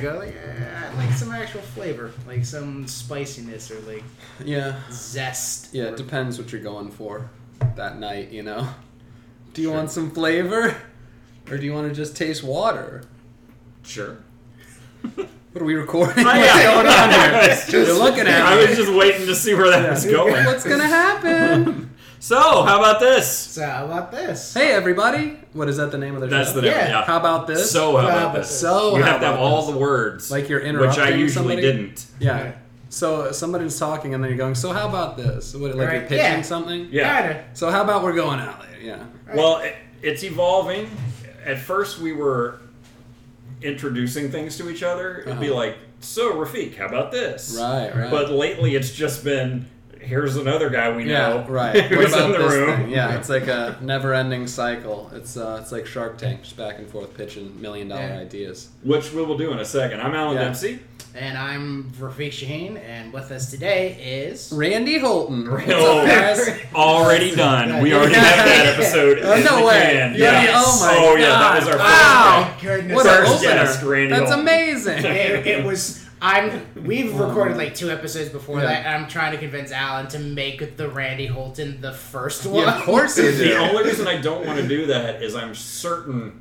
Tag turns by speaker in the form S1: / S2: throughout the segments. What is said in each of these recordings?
S1: go like, eh, I'd like some actual flavor, like some spiciness or like
S2: Yeah.
S1: zest.
S2: Yeah,
S1: or-
S2: it depends what you're going for that night, you know. Do you
S1: Sure.
S2: want some flavor? Or do you want to just taste water?
S3: Sure.
S2: What are we recording?
S3: I
S2: What's
S3: know.
S2: Oh, going on
S3: I
S2: here?
S3: was
S2: You're looking at
S3: I
S2: me.
S3: was just waiting to see where that was going.
S2: What's gonna happen?
S3: So, how about this?
S1: So how about this?
S2: hey, everybody! What is that? The name of their
S3: That's
S2: show?
S3: the name.
S1: Yeah.
S3: Yeah.
S2: How about this?
S3: So, how
S1: How
S3: about
S1: about
S3: this?
S2: So
S3: you
S2: how
S3: have to have
S2: about
S3: all
S2: this?
S3: the words,
S2: Like you're
S3: which I
S2: interrupting
S3: usually
S2: somebody?
S3: didn't.
S2: yeah.
S1: Yeah.
S2: So somebody's talking and then you're going. So how about this? What, like you're
S1: Right,
S2: pitching
S1: yeah.
S2: something.
S3: Yeah.
S1: Kinda.
S2: So how about we're going out later? Yeah.
S3: Well, it, it's evolving. At first, we were introducing things to each other. It'd be
S2: Uh-huh.
S3: like, "So, Rafik, how about this?"
S2: Right. Right.
S3: But lately, it's just been, "Here's another guy we
S2: yeah.
S3: know."
S2: Right.
S3: who's
S2: What about
S3: in the
S2: this
S3: room?
S2: thing? Yeah. It's like a never-ending cycle. It's uh, it's like Shark Tank, just back and forth pitching million-dollar
S1: Yeah.
S2: ideas.
S3: Which we will do in a second. I'm Alan
S2: Yeah.
S3: Dempsey.
S1: And I'm Rafik Shaheen, and with us today is
S2: Randy Holton. What's
S3: Oh.
S2: up, guys?
S3: Already done. We already have that episode.
S2: Oh,
S3: in
S2: no
S3: the
S2: way.
S3: Can.
S2: You already-
S3: Yes.
S2: oh my
S3: Oh yeah, that
S2: God.
S3: was our first.
S2: Wow.
S1: my goodness.
S2: What an
S3: First
S2: opener!
S3: guest, Randy
S2: That's
S3: Holton.
S2: amazing.
S1: it, it was. I'm. We've recorded like two episodes before
S2: Yeah.
S1: that. And I'm trying to convince Alan to make the Randy Holton the first one.
S2: yeah, of course you
S3: The
S2: do.
S3: only reason I don't want to do that is I'm certain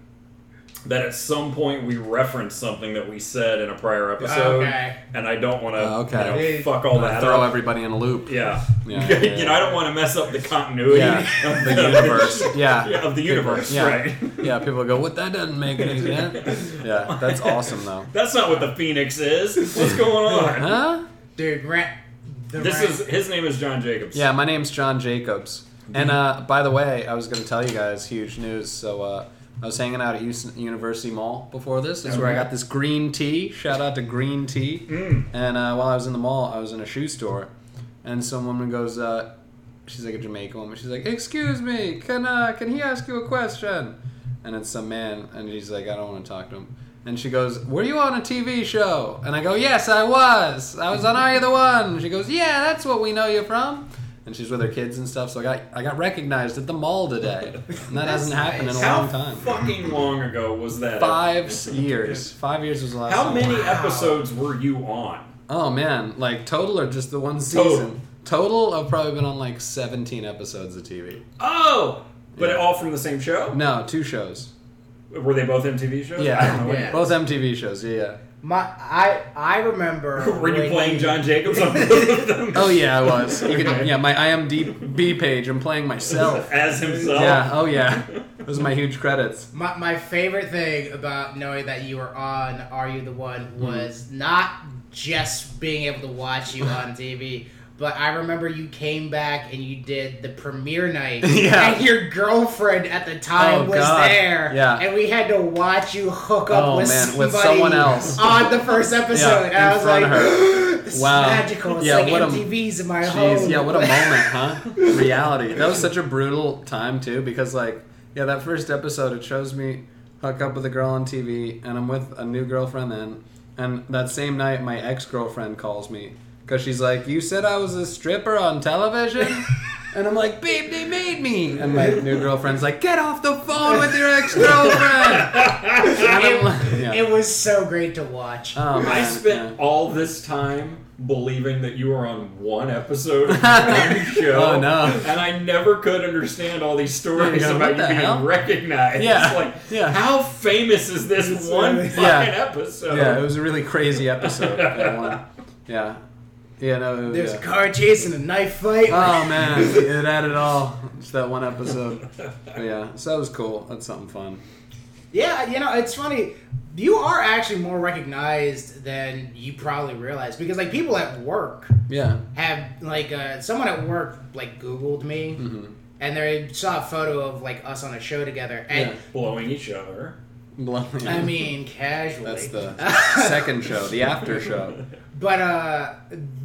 S3: that at some point we referenced something that we said in a prior episode,
S1: Okay.
S3: and I don't want to
S2: Oh, okay.
S3: you know, fuck all that
S2: Throw
S3: up.
S2: everybody in a loop.
S3: yeah.
S2: Yeah.
S3: you know, I don't want to mess up the continuity
S2: Yeah.
S3: of
S2: The universe. Yeah.
S3: Yeah, of the universe,
S2: Yeah.
S3: right.
S2: Yeah, people go, what? That doesn't make any sense. Yeah, that's awesome though.
S3: That's not what the Phoenix is. What's going on?
S2: Huh?
S1: Dude, Grant. The
S3: This
S1: Ran-
S3: is his name is John Jacobs.
S2: Yeah, my name's John Jacobs. And uh, by the way, I was going to tell you guys huge news. So uh, I was hanging out at Houston University Mall before this. This is where I got this green tea. Shout out to green tea. And uh, while I was in the mall, I was in a shoe store, and some woman goes, uh, she's like a Jamaican woman. She's like, "Excuse me, can uh, can he ask you a question?" And it's some man, and he's like, "I don't want to talk to him." And she goes, "Were you on a TV show?" And I go, "Yes, I was. I was on Are You the One?" She goes, "Yeah, that's what we know you from." And she's with her kids and stuff. So I got I got recognized at the mall today, and that hasn't happened in a
S3: How
S2: long time.
S3: fucking long ago was that?
S2: Five years. Five years was the last.
S3: How
S2: time.
S3: many episodes were you on?
S2: Oh man, like total or just the one
S3: Total.
S2: season? Total, I've probably been on like 17 episodes of TV.
S3: Oh, but
S2: Yeah.
S3: all from the same show?
S2: No, two shows.
S3: Were they both MTV shows?
S2: Yeah,
S3: I don't know. what-
S1: Yeah.
S2: both MTV shows. Yeah, yeah.
S1: my. I I remember.
S3: Were you
S1: when
S3: playing John Jacobs on both of them?
S2: Oh yeah, I was. You could, yeah, my IMDb page. I'm playing myself.
S3: As himself?
S2: Yeah. Oh yeah. Those are my huge credits.
S1: My, my favorite thing about knowing that you were on Are You the One
S2: Hmm.
S1: was not just being able to watch you on TV, but I remember you came back and you did the premiere night,
S2: Yeah.
S1: and your girlfriend at the time
S2: Oh,
S1: was
S2: God.
S1: there,
S2: Yeah.
S1: and we had to watch you hook up
S2: Oh,
S1: with,
S2: man, with
S1: somebody
S2: someone else.
S1: on the first episode. and
S2: in
S1: I was
S2: front
S1: like,
S2: of her.
S1: this is
S2: Wow.
S1: magical. It's
S2: Yeah,
S1: like
S2: what a-
S1: MTV's in my home.
S2: Jeez, yeah, what a moment, huh? Reality. That was such a brutal time too, because like, yeah, that first episode it shows me hook up with a girl on TV, and I'm with a new girlfriend then, and that same night my ex girlfriend calls me because she's like, "You said I was a stripper on television." And I'm like, babe, they made me. And my new girlfriend's like, get off the phone with your ex girlfriend.
S1: It-
S2: yeah.
S1: It was so great to watch.
S2: oh,
S3: I
S2: man,
S3: spent
S2: yeah.
S3: all this time believing that you were on one episode of one show.
S2: Oh, no.
S3: And I never could understand all these stories
S2: Yeah, you go,
S3: about
S2: "What
S3: you
S2: the
S3: being
S2: hell?"
S3: recognized.
S2: Yeah,
S3: It's like,
S2: yeah.
S3: how famous is this one
S1: Yeah.
S3: fucking episode?
S2: Yeah, it was a really crazy episode. that one. Yeah. Yeah, no. It, uh,
S1: There's
S2: yeah.
S1: a car chase and a knife fight.
S2: Oh man, it had it all. Just that one episode. But yeah, so that was cool. That's something fun.
S1: Yeah, you know, it's funny. You are actually more recognized than you probably realize because, like, people at work
S2: Yeah.
S1: have like uh, someone at work like Googled me,
S2: Mm-hmm.
S1: and they saw a photo of like us on a show together, and
S3: Blowing each other.
S2: Blowing.
S1: I mean, casually.
S2: that's the second show, the after show.
S1: But uh,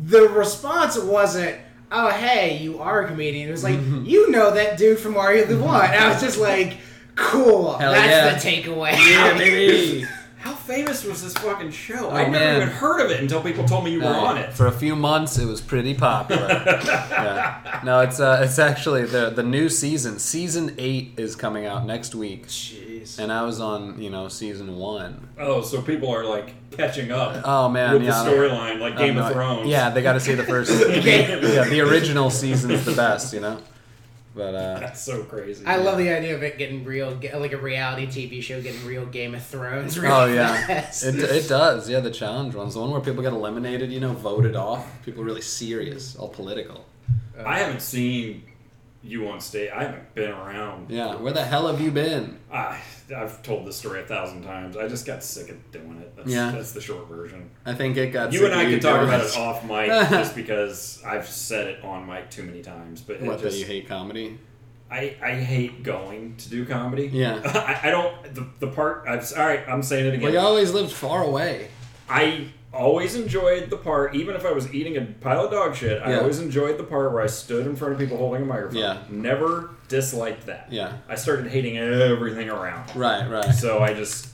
S1: the response wasn't, "Oh, hey, you are a comedian." It was like,
S2: Mm-hmm.
S1: "You know that dude from Are You the One?" And I was just like, "Cool,
S2: Hell
S1: that's the takeaway."
S2: Yeah, baby.
S3: How famous was this fucking show? I never
S2: man. Uh,
S3: even heard of it until people told me you were on it.
S2: For a few months, it was pretty popular. yeah. No, it's uh, it's actually the the new season. Season eight is coming out next week.
S1: Jeez. movies.
S2: and I was on you know season one.
S3: Oh, so people are like catching up
S2: Oh man,
S3: with
S2: yeah, I
S3: the
S2: don't-
S3: storyline, like
S2: I don't
S3: Game of
S2: know.
S3: Thrones.
S2: Yeah, they got to see the first. yeah, the original season's the best, you know. But uh,
S3: That's so crazy.
S1: I love the idea of it getting real, ge- like a reality TV show getting real Game of Thrones. Real
S2: oh yeah,
S1: fast.
S2: it, it does. Yeah, the challenge ones, the one where people get eliminated, you know, voted off. People really serious, all political.
S3: I haven't seen you on stage. I haven't been around.
S2: Yeah, where the hell have you been?
S3: I, I've told this story a thousand times. I just got sick of doing it. That's,
S2: Yeah.
S3: that's the short version.
S2: I think it got.
S3: You
S2: sick
S3: and I
S2: of
S3: could talk
S2: doing
S3: about
S2: this.
S3: it off mic just because I've said it on mic too many times. But it
S2: What that
S3: just,
S2: you hate comedy?
S3: I, I hate going to do comedy.
S2: Yeah.
S3: I, I don't. The, the part. I've, all right, I'm saying it again.
S2: Well, you always lived far away.
S3: I always enjoyed the part, even if I was eating a pile of dog shit, I
S2: Yeah.
S3: always enjoyed the part where I stood in front of people holding a microphone.
S2: Yeah.
S3: Never disliked that.
S2: Yeah.
S3: I started hating everything around.
S2: Right, right.
S3: So I just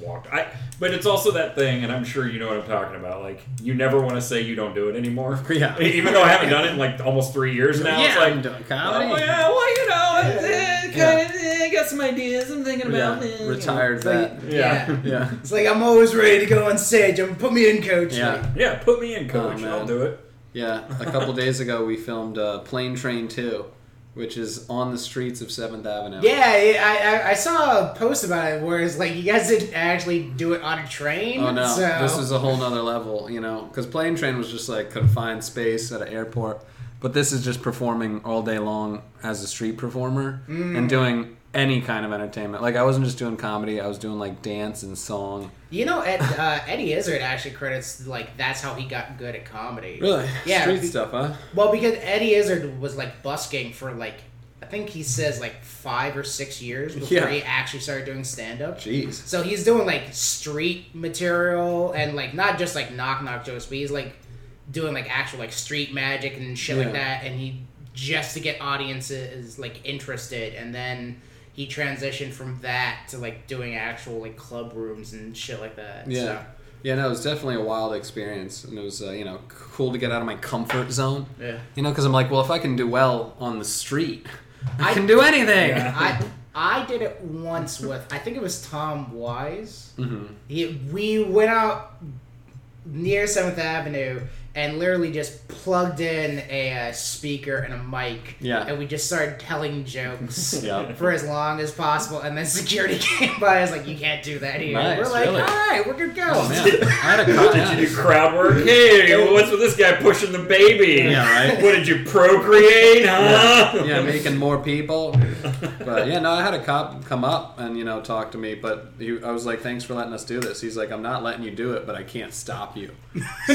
S3: walked. I but it's also that thing, and I'm sure you know what I'm talking about. Like you never want to say you don't do it anymore.
S2: Yeah.
S3: Even though I haven't done it in like almost three years now. it's like
S2: I'm doing
S3: Oh
S2: comedy.
S3: yeah, well you know, eh." I,
S2: Yeah.
S3: I got some ideas I'm thinking
S2: Yeah,
S3: about. eh,
S2: Retired vet.
S3: Yeah.
S1: Yeah.
S2: Yeah.
S1: It's like I'm always ready to go on stage. Um, put me in, coach.
S2: Yeah.
S3: Yeah, put me in, coach.
S2: Oh, man.
S3: I'll do it.
S2: Yeah, a couple days ago we filmed uh, Plane Train 2, which is on the streets of 7th Avenue.
S1: Yeah, it- I, I, I saw a post about it where it's like you guys didn't actually do it on a train.
S2: Oh no,
S1: so.
S2: this is a whole nother level, you know, because Plane Train was just like confined space at an airport, but this is just performing all day long as a street performer and doing any kind of entertainment. Like I wasn't just doing comedy, I was doing like dance and song.
S1: You know, Ed, uh, Eddie Izzard actually credits like that's how he got good at comedy.
S2: Really?
S1: Yeah,
S2: Street
S1: be-
S2: stuff, huh?
S1: Well, because Eddie Izzard was like busking for like I think he says like five or six years before
S2: Yeah.
S1: he actually started doing stand up.
S2: Jeez.
S1: So he's doing like street material and like not just like knock knock jokes, but he's like doing like actual like street magic and shit
S2: Yeah.
S1: like that. And he just to get audiences like interested, and then he transitioned from that to like doing actual like club rooms and shit like that.
S2: Yeah.
S1: So,
S2: Yeah, no, it was definitely a wild experience, and it was uh, you know cool to get out of my comfort zone.
S1: Yeah.
S2: You know, because I'm like, well, if I can do well on the street, I,
S1: I-
S2: can do anything.
S3: Yeah.
S1: I I did it once with I think it was Tom Wise.
S2: Mm-hmm.
S1: He, we went out near Seventh Avenue and literally just plugged in a uh, speaker and a mic.
S2: Yeah.
S1: And we just started telling jokes.
S2: Yeah.
S1: For as long as possible, and then security came by. I was like, "You can't do that here."
S2: Nice,
S1: we're like,
S2: really?
S1: "All right, we're good to go."
S2: Oh, man. I had a con-
S3: Did you do crowd work? Hey, what's with this guy pushing the baby?
S2: Yeah, right.
S3: What did you procreate, huh?
S2: yeah, making more people. But yeah, no, I had a cop come up and you know talk to me, but he, I was like, "Thanks for letting us do this." He's like, "I'm not letting you do it, but I can't stop you."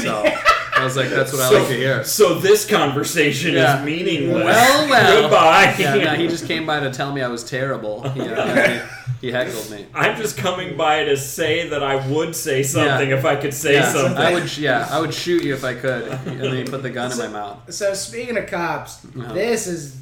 S2: So I was like, "That's what I like to hear."
S3: So this conversation
S2: Yeah.
S3: is meaningless.
S2: Well, well.
S3: Goodbye.
S2: Yeah, no, he just came by to tell me I was terrible. You know, and he, he heckled me.
S3: I'm just coming by to say that I would say something
S2: Yeah.
S3: if I could say
S2: Yeah,
S3: something.
S2: I would, yeah, I would shoot you if I could. And then he put the gun in my mouth.
S1: So speaking of cops,
S2: Uh-huh.
S1: this is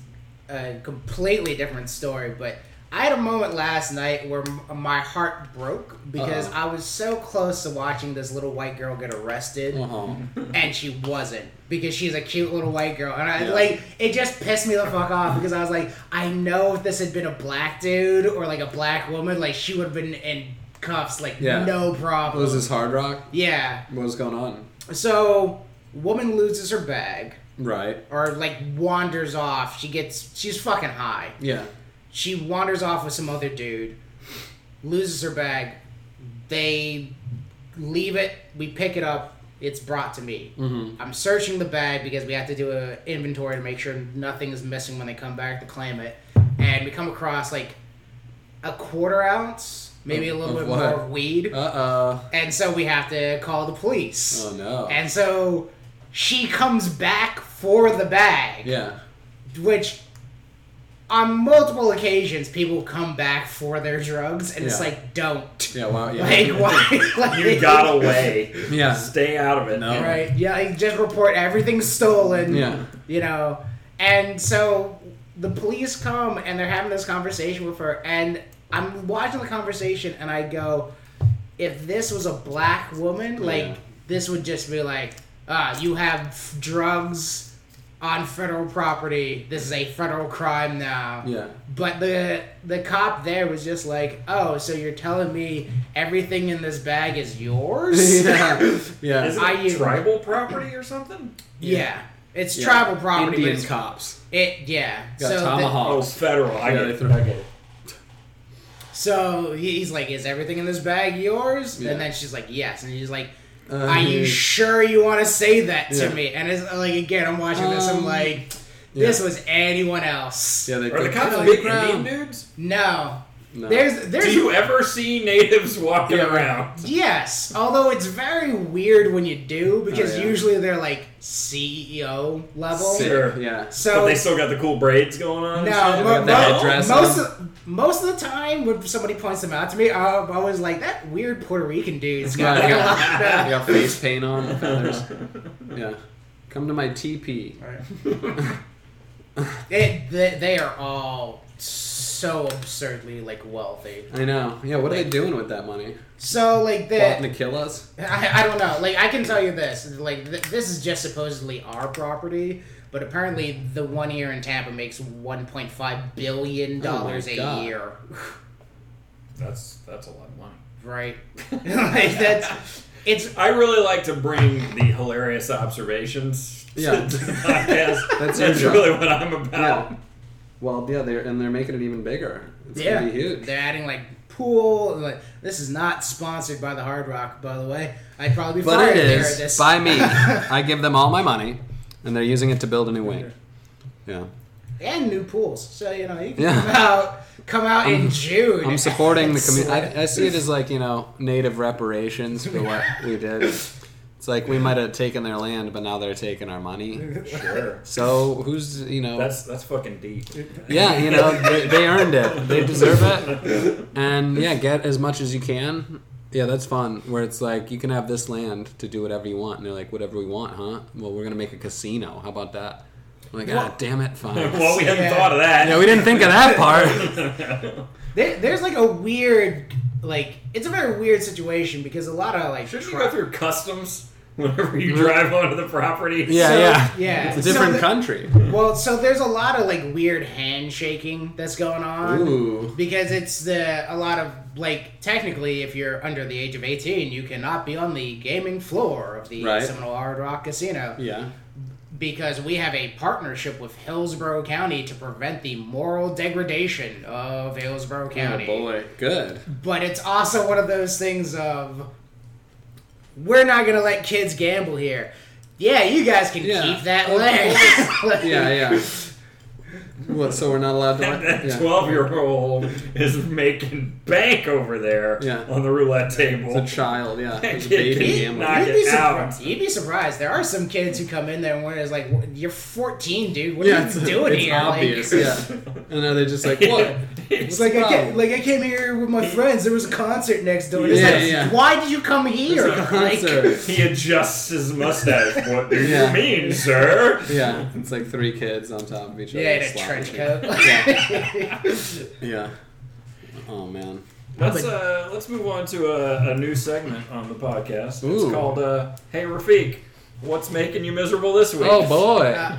S1: a completely different story, but I had a moment last night where m- my heart broke because
S2: Uh-oh.
S1: I was so close to watching this little white girl get arrested
S2: Uh-huh.
S1: and she wasn't because she's a cute little white girl and I
S2: Yeah.
S1: like it just pissed me the fuck off because I was like I know if this had been a black dude or like a black woman like she would have been in cuffs like
S2: Yeah.
S1: no
S2: What was
S1: problem.
S2: this Hard Rock?
S1: Yeah.
S2: What was going on?
S1: So woman loses her bag
S2: Right.
S1: or like wanders off. She gets she's fucking high.
S2: Yeah.
S1: She wanders off with some other dude, loses her bag. They leave it. We pick it up. It's brought to me. Mm-hmm. I'm searching the bag because we have to do an inventory to make sure nothing is missing when they come back to claim it. And we come across like a quarter ounce, maybe a
S2: Of-
S1: little
S2: of
S1: bit
S2: what?
S1: more of weed.
S2: Uh oh.
S1: and so we have to call the police.
S2: Oh no.
S1: And so she comes back for the bag
S2: yeah.
S1: which on multiple occasions people come back for their drugs and it's
S2: Yeah.
S1: like don't
S2: Yeah. Wow. Yeah.
S1: like why like,
S3: you got away.
S2: Yeah.
S3: Stay out of it.
S2: No.
S1: right yeah like, just report everything stolen
S2: Yeah.
S1: you know and so the police come and they're having this conversation with her and i'm watching the conversation and i go if this was a black woman like
S2: Yeah.
S1: this would just be like ah you have drugs on federal property. This is a federal crime now.
S2: Yeah.
S1: But the the cop there was just like, "Oh, so you're telling me everything in this bag is yours?"
S2: yeah. Yeah.
S3: Is it
S1: I use-
S3: tribal property or something?
S1: Yeah. It's
S2: Yeah.
S1: tribal property. but
S2: Indian
S1: it's-
S2: cops.
S1: It yeah.
S2: Got
S1: so the-
S3: Oh,
S2: tomahawks.
S3: federal. I
S2: Yeah,
S3: get
S2: they
S3: it.
S2: throw-
S3: I get it.
S1: so he's like, "Is everything in this bag yours?"
S2: Yeah.
S1: And then she's like, "Yes." And he's like,
S2: Uh,
S1: "Are you sure you want to say that to
S2: Yeah.
S1: me?" And it's like again, I'm watching this. I'm
S2: Um,
S1: like,
S2: yeah.
S1: "This was anyone else."
S2: Yeah, they
S3: Are the
S2: throw-
S3: cops
S2: Yeah,
S3: big
S2: ground.
S3: Indian dudes?
S1: No.
S2: No.
S1: There's there's
S3: Do you ever see natives walking
S2: Yeah, right.
S3: around?
S1: Yes, although it's very weird when you do because
S2: Oh, yeah.
S1: usually they're like CEO level.
S2: Sick.
S3: Sure.
S2: Yeah.
S1: So
S3: but they still got the cool braids going on. and
S1: no,
S3: shit?
S2: mo-
S1: mo-
S2: got that
S1: mo-
S2: headdress
S1: most
S2: on.
S1: of, most of the time when somebody points them out to me, I'm always like that weird Puerto Rican dude's got
S2: Right,
S1: like, a
S2: yeah.
S1: lot of
S2: They got face paint on, the feathers. Yeah. Come to my teepee.
S1: It, they, they are all so absurdly like wealthy.
S2: I know. Yeah, what are they doing with that money?
S1: So like
S2: Plotting
S1: the
S2: to kill us?
S1: I, I don't know. Like I can tell you this. Like th- this is just supposedly our property, but apparently the one here in Tampa makes 1.5 billion dollars a
S2: Oh God.
S1: year.
S3: That's that's a lot of money.
S1: Right? like that's it's
S3: I really like to bring the hilarious observations
S2: Yeah.
S3: to the podcast.
S2: That's
S3: that's
S2: your job.
S3: really what I'm about.
S2: Yeah. Well, yeah, they're and they're making it even bigger. It's
S1: yeah.
S2: gonna be huge.
S1: They're adding like pool. and, Like this is not sponsored by the Hard Rock, by the way. I'd probably be
S2: But
S1: fired
S2: it
S1: there at this.
S2: is by me. I give them all my money, and they're using it to build a new wing. Yeah,
S1: and new pools. So you know you can
S2: Yeah.
S1: come out come out in June.
S2: I'm supporting the
S1: It's
S2: community.
S1: like-
S2: I, I see it as like you know native reparations for what we did. It's like we might have taken their land, but now they're taking our money.
S3: Sure.
S2: So who's you know?
S3: That's that's fucking deep.
S2: yeah, you know they, they earned it. They deserve it. And yeah, get as much as you can. Yeah, that's fun. Where it's like you can have this land to do whatever you want, and they're like, whatever we want, huh? Well, we're gonna make a casino. How about that? I'm like, ah, damn it, fine.
S3: well, we hadn't
S1: Yeah.
S3: thought of that.
S2: Yeah, we didn't think of that part.
S1: There, there's like a weird, like it's a very weird situation because a lot of like
S3: Shouldn't you
S1: tri-
S3: go through customs whenever you drive onto the property?
S2: Yeah,
S1: So-
S2: yeah,
S1: yeah.
S2: It's
S1: So
S2: a different
S1: the-
S2: country.
S1: well, so there's a lot of like weird handshaking that's going on
S2: Ooh.
S1: because it's the a lot of like technically if you're under the age of 18 you cannot be on the gaming floor of the
S2: Right.
S1: Seminole Hard Rock Casino
S2: Yeah.
S1: because we have a partnership with Hillsborough County to prevent the moral degradation of
S3: Oh,
S1: Hillsborough County.
S2: Oh, Good.
S1: But it's also one of those things of we're not gonna let kids gamble here. Yeah, you guys can
S2: Yeah.
S1: keep that
S2: Of
S1: land. Like,
S2: Yeah, yeah. what? So we're not allowed to.
S3: And that
S2: yeah.
S3: twelve-year-old is making bank over there
S2: Yeah.
S3: on the roulette table.
S2: It's a child. Yeah. It's a
S3: Kid
S2: baby
S3: can't
S2: gambling.
S3: knock
S1: You'd be,
S3: it out.
S1: surprised. you'd be surprised. There are some kids who come in there and one is like, "You're 14, dude. What
S2: Yeah,
S1: are
S2: it's,
S1: you doing
S2: it's
S1: here?"
S2: obvious.
S1: Like,
S2: Yeah. And are they just like what?
S1: It's like I
S2: Wow.
S1: came, like I came here with my friends. There was a concert next door. It's
S2: Yeah,
S1: like,
S2: yeah.
S1: Why did you come here?
S2: It's a
S1: Like,
S2: concert.
S3: He adjusts his mustache. What do
S2: Yeah.
S3: you mean, sir?
S2: yeah. It's like three kids on top of each other.
S1: yeah, in a
S2: slapping
S1: trench
S2: each
S1: coat.
S2: other. Yeah. Oh man.
S3: Let's uh, let's move on to a, a new segment on the podcast.
S2: Ooh.
S3: It's called uh, "Hey Rafik, what's making you miserable this week?"
S2: Oh boy.
S1: Uh,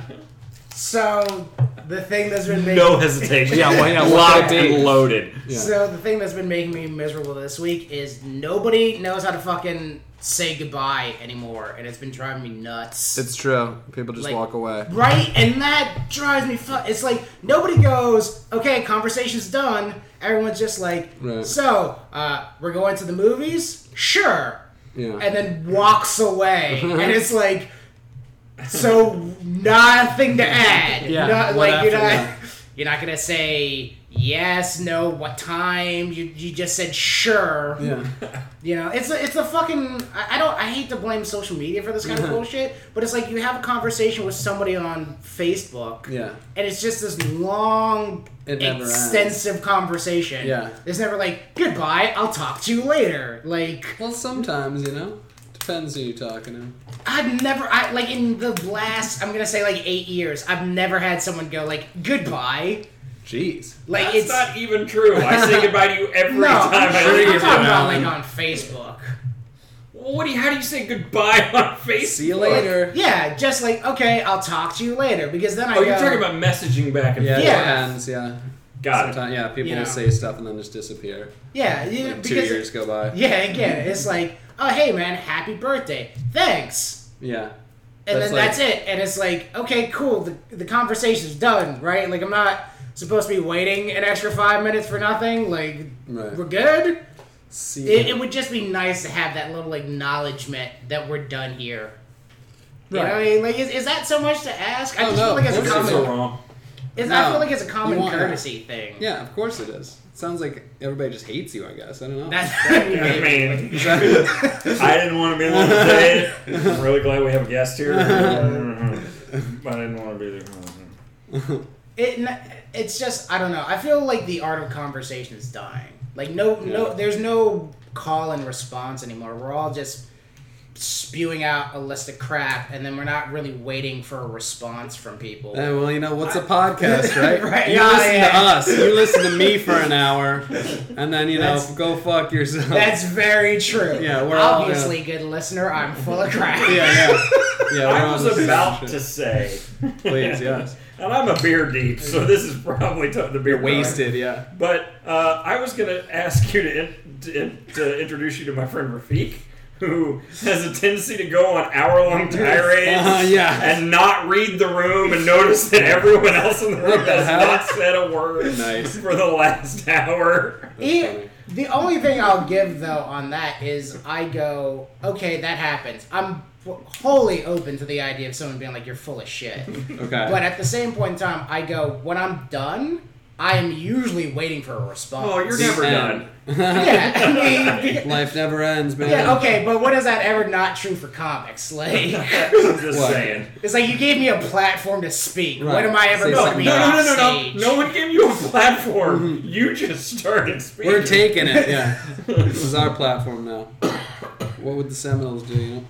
S1: so the thing that's been making
S3: no hesitation.
S2: Yeah, well, yeah,
S3: locked
S2: what they
S3: and
S2: did.
S3: loaded.
S2: Yeah.
S1: So the thing that's been making me miserable this week is nobody knows how to fucking say goodbye anymore, and it's been driving me nuts.
S2: it's true. People just
S1: Like-
S2: walk away.
S1: right, and that drives me. Fu- it's like nobody goes, "Okay, conversation's done." Everyone's just like,
S2: Right.
S1: "So, uh, we're going to the movies?" Sure,
S2: Yeah.
S1: and then walks away, and it's like, so nothing to add.
S2: Yeah,
S1: Not-
S2: what
S1: like you're
S2: after
S1: not,
S2: that?
S1: you're not gonna say yes, no, what time? You you just said sure.
S2: yeah.
S1: You know, it's a it's a fucking. I, I don't. I hate to blame social media for this kind of bullshit, but it's like you have a conversation with somebody on Facebook.
S2: Yeah.
S1: And it's just this long,
S2: It never ends.
S1: extensive conversation.
S2: Yeah.
S1: It's never like, goodbye, I'll talk to you later. Like,
S2: Well, sometimes you know. Depends who you're talking to.
S1: I've never, I like in the last, I'm gonna say like eight years, I've never had someone go like goodbye.
S2: Jeez.
S1: Like
S3: That's
S1: it's
S3: not even true. I say goodbye to you every
S1: no,
S3: time
S1: I'm,
S3: I
S1: sure
S3: leave
S1: I'm
S3: your
S1: talking
S3: house.
S1: about like on Facebook.
S3: Well, what do you, how do you say goodbye on Facebook?
S2: See you later.
S1: Yeah, just like okay, I'll talk to you later because then I.
S3: Oh, you're
S1: go-
S3: talking about messaging back and
S2: Yeah,
S3: forth.
S2: it
S1: Yeah.
S2: depends, yeah.
S3: Got it.
S2: Sometimes, yeah, people
S1: You know.
S2: will say stuff and then just disappear.
S1: Yeah, you,
S2: Like, two
S1: because
S2: years go by.
S1: yeah, again, it's like oh hey man, happy birthday, thanks.
S2: Yeah.
S1: and
S2: That's
S1: then
S2: like-
S1: that's it. And it's like, okay, cool. The, the conversation's done, right? Like, I'm not supposed to be waiting an extra five minutes for nothing. Like,
S2: Right.
S1: we're good.
S2: See
S1: It, it would just be nice to have that little acknowledgement that we're done here. You know what I mean? Like, is, is that so much to ask? I
S2: Oh,
S1: just
S2: no,
S1: feel like it's
S2: of
S1: a
S2: course it's
S3: Words are
S1: common.
S3: wrong.
S1: It's, I
S2: No,
S1: feel like it's a
S2: you
S1: common
S2: want that.
S1: courtesy thing.
S2: Yeah, of course it is. It sounds like everybody just hates you, I guess. I don't know.
S1: That's
S3: I mean,
S2: Is that-
S3: I didn't want to be the one to say it. I'm really glad we have a guest here. I didn't want to be there.
S1: it n- it's just I don't know. I feel like the art of conversation is dying. Like no
S2: Yeah.
S1: no there's no call and response anymore. We're all just spewing out a list of crap and then we're not really waiting for a response from people.
S2: Eh, well, you know, what's a podcast, right?
S1: Right,
S2: You
S1: yeah,
S2: listen to
S1: yeah.
S2: us. You listen to me for an hour, and then you know,
S1: That's-
S2: go fuck yourself.
S1: That's very true.
S2: Yeah, we're all-
S1: obviously good listener. I'm full of crap.
S2: yeah, yeah, yeah. we're
S3: I
S2: on
S3: was
S2: the same
S3: about
S2: shit.
S3: to say.
S2: Please, yes.
S3: And I'm a beer deep, so this is probably t- the beer
S2: You're wasted, yeah.
S3: product. But uh, I was going to ask you to, in- to, in- to introduce you to my friend Rafik, who has a tendency to go on hour long tirades
S2: Uh, yeah.
S3: and not read the room and notice that everyone else in the room
S2: the
S3: has
S2: hell?
S3: not said a word
S2: Nice.
S3: for the last hour.
S1: E-
S2: funny.
S1: the only thing I'll give though on that is I go, okay, that happens. I'm w- wholly open to the idea of someone being like, you're full of shit.
S2: Okay.
S1: But at the same point in time, I go, when I'm done, I am usually waiting for a response.
S3: Oh, you're never
S2: And-
S3: done.
S1: Yeah, I mean,
S2: Life never ends, man.
S1: yeah, okay, but when is that ever not true for comics? Like,
S3: I'm just
S2: What?
S3: saying.
S1: it's like you gave me a platform to speak.
S2: Right.
S1: When am I ever
S2: Say
S1: going to be
S2: something
S3: No,
S1: on
S3: no, no, no,
S1: stage?
S3: no. No one gave you a platform. You just started speaking.
S2: Mm-hmm. We're taking it. Yeah, this is our platform now. What would the Seminoles do? You know,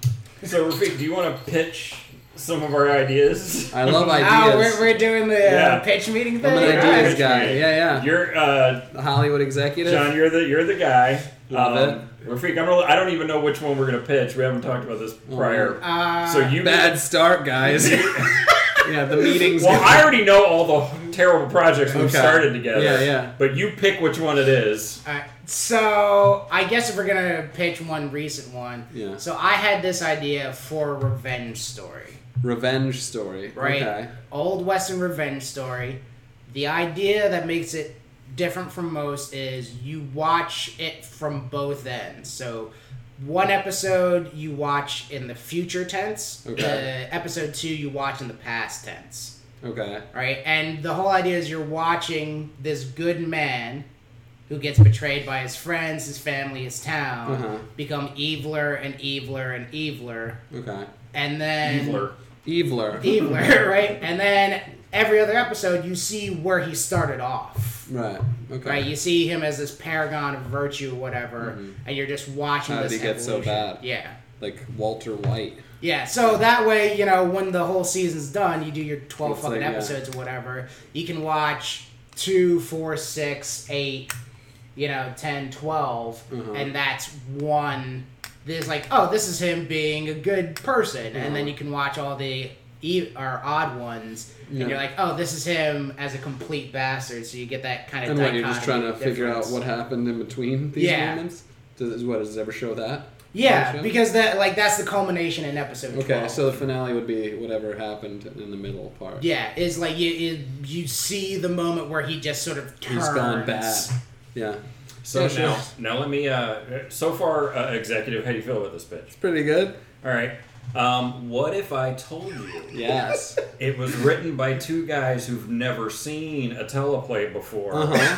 S3: So, Rafik, do you want to pitch some of our ideas?
S2: I love ideas.
S1: Oh, we're, we're doing the
S3: Yeah.
S1: uh, pitch meeting thing.
S2: I'm an
S1: Alright.
S2: ideas
S3: Alright.
S2: guy. Yeah, yeah.
S3: You're uh,
S2: The Hollywood executive.
S3: John. You're the you're the guy.
S2: Love
S3: Rafik, I'm really, I don't even know which one we're gonna pitch. We haven't talked about this prior.
S1: Uh,
S3: so you
S2: Bad start, guys. yeah, the meetings.
S3: Well, I already know all the terrible projects we've
S2: Okay.
S3: started together.
S2: Yeah, yeah.
S3: But you pick which one it is.
S1: Alright, so I guess if we're gonna pitch one recent one,
S2: Yeah.
S1: so I had this idea for a revenge story.
S2: revenge story.
S1: right?
S2: Okay.
S1: Old Western revenge story. The idea that makes it different from most is you watch it from both ends. So one episode you watch in the future tense,
S2: Okay.
S1: uh, episode two you watch in the past tense.
S2: Okay.
S1: Right? And the whole idea is you're watching this good man who gets betrayed by his friends, his family, his town,
S2: Uh-huh.
S1: become eviler and eviler and eviler.
S2: Okay.
S1: And then
S3: Eviler.
S2: Eviler.
S1: E- Eviler, right? And then every other episode, you see where he started off.
S2: right. Okay.
S1: Right, you see him as this paragon of virtue, whatever, and you're just watching
S2: Mm-hmm. How did
S1: this.
S2: he get so
S1: evolution.
S2: bad?
S1: Yeah,
S2: Like Walter White.
S1: yeah. So that way, you know, when the whole season's done, you do your twelve
S2: It's
S1: fucking
S2: like, yeah.
S1: episodes or whatever. You can watch two, four, six, eight, you know, 10, 12,
S2: Mhm.
S1: and that's one. There's like, oh, this is him being a good person, and then
S2: Mhm.
S1: you can watch all the e- or odd ones,
S2: Yeah.
S1: and you're like, oh, this is him as a complete bastard. So you get that kind of.
S2: And what you're just trying to
S1: dichotomy
S2: figure out
S1: difference.
S2: what happened in between these
S1: Yeah.
S2: moments. Does what does it ever show that?
S1: Yeah,
S2: Gotcha.
S1: because that like that's the culmination in episode.
S2: Okay,
S1: 12.
S2: so the finale would be whatever happened in the middle part.
S1: Yeah, it's like you, you you see the moment where he just sort of turns.
S2: He's gone bad. Yeah.
S3: So
S2: Yeah, sure.
S3: now, now let me. Uh, so far, uh, executive, how do you feel about this pitch?
S2: Pretty good.
S3: All right. Um, what if I told you
S2: Yes.
S3: it was written by two guys who've never seen a teleplay before
S2: Uh-huh.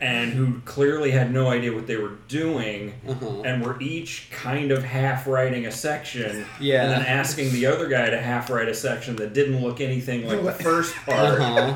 S3: and who clearly had no idea what they were doing
S2: Uh-huh.
S3: and were each kind of half writing a section
S2: Yeah.
S3: and then asking the other guy to half write a section that didn't look anything like the first part?
S2: Uh-huh.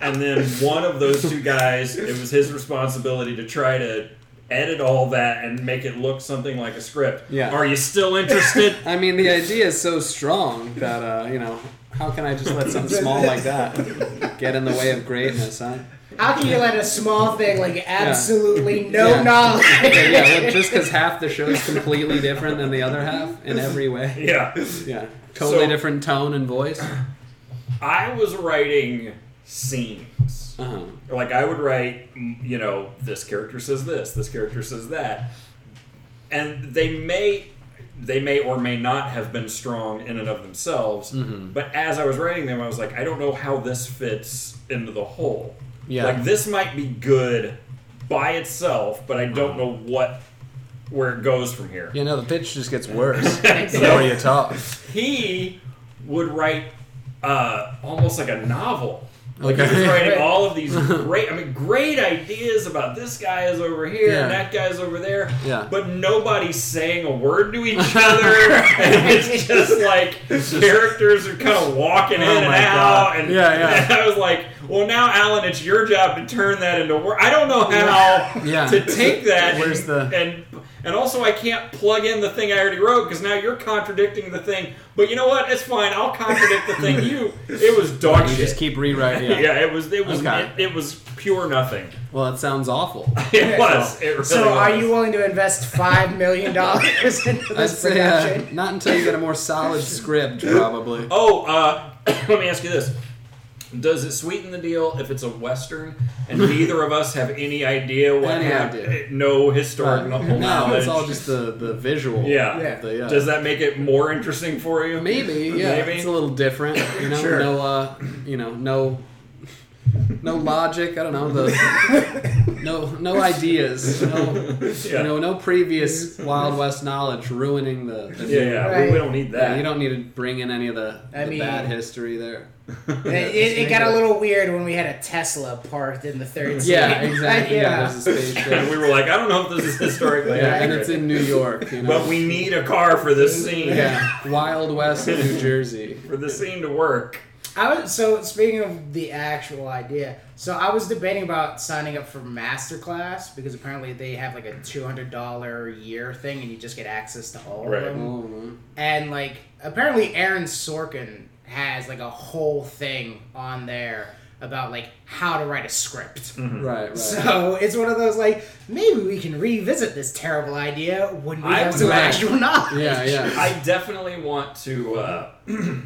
S3: and then one of those two guys, it was his responsibility to try to edit all that and make it look something like a script.
S2: Yeah.
S3: Are you still interested?
S2: I mean, the idea is so strong that uh, you know, how can I just let something small like that get in the way of greatness, huh?
S1: How can you let a small thing like absolutely no
S2: Yeah.
S1: knowledge?
S2: Yeah, yeah, well, just because half the show is completely different than the other half in every way.
S3: Yeah.
S2: Yeah, totally
S3: So-
S2: different tone and voice. Uh-huh.
S3: I was writing scenes.
S2: Uh-huh.
S3: Like I would write, mm, you know, this character says this, this character says that, and they may, they may or may not have been strong in and of themselves. But as I was writing them, I was like, I don't know how this fits into the whole.
S2: Yeah.
S3: Like this might be good by itself, but I don't know what where it goes from here.
S2: You know, the pitch just gets worse the more you talk.
S3: he would write uh, almost like a novel. Like he was
S2: Okay.
S3: writing
S1: Right.
S3: all of these great, I mean, great ideas about this guy is over here and
S2: Yeah.
S3: that guy's over there,
S2: Yeah.
S3: but nobody's saying a word to each other, and it's just like characters are kind of walking in
S2: Oh
S3: and
S2: my
S3: out,
S2: God.
S3: and
S2: Yeah, yeah.
S3: and I was like, well, now Alan, it's your job to turn that into work. I don't know how
S2: Yeah.
S3: to take that.
S2: Where's
S3: and,
S2: the-
S3: and and also I can't plug in the thing I already wrote because now you're contradicting the thing. But you know what? It's fine. I'll contradict the thing you. It was dog
S2: You
S3: shit.
S2: just keep rewriting.
S3: yeah.
S2: Yeah.
S3: it was it was
S2: Okay.
S3: it, it was pure nothing.
S2: Well, that sounds awful.
S3: It was. It really
S1: so, are
S3: was.
S1: you willing to invest five million dollars into
S2: I'd
S1: this
S2: say uh,
S1: production?
S2: not until you get a more solid script, probably.
S3: Oh, uh, let me ask you this. Does it sweeten the deal if it's a western and neither of us have any idea what
S2: Any
S3: happened?
S2: idea.
S3: No historical
S2: no,
S3: knowledge.
S2: it's all just the, the visual.
S3: yeah.
S1: Yeah.
S2: The, uh,
S3: Does that make it more interesting for you?
S2: Maybe, yeah.
S3: Maybe.
S2: It's a little different, you know.
S1: Sure.
S2: No, uh, you know, no, no logic. I don't know the no no ideas. No,
S3: Yeah.
S2: you know, no previous Wild West knowledge ruining the. the
S3: yeah, yeah. We,
S1: Right.
S3: we don't need that.
S2: You don't need to bring in any of the,
S1: I
S2: the
S1: mean-
S2: bad history there.
S1: It, it, it got a little weird when we had a Tesla parked in the third. Scene.
S2: Yeah, exactly.
S1: yeah.
S2: Yeah, there's a space
S3: and
S2: there.
S3: we were like, I don't know if this is historically
S2: Yeah, and
S3: accurate,
S2: it's in New York, you know.
S3: but we need a car for this scene.
S2: yeah, Wild West, New Jersey.
S3: For the scene to work.
S1: I was so speaking of the actual idea. So I was debating about signing up for MasterClass because apparently they have like a two hundred dollar year thing, and you just get access to all
S3: Right.
S1: of them.
S2: Oh, man.
S1: and like apparently Aaron Sorkin has like a whole thing on there about like how to write a script.
S2: right, right.
S1: So it's one of those like maybe we can revisit this terrible idea when we
S3: I
S1: have
S3: would
S1: some
S2: like-
S1: actual knowledge.
S2: yeah, yeah.
S3: I definitely want to uh,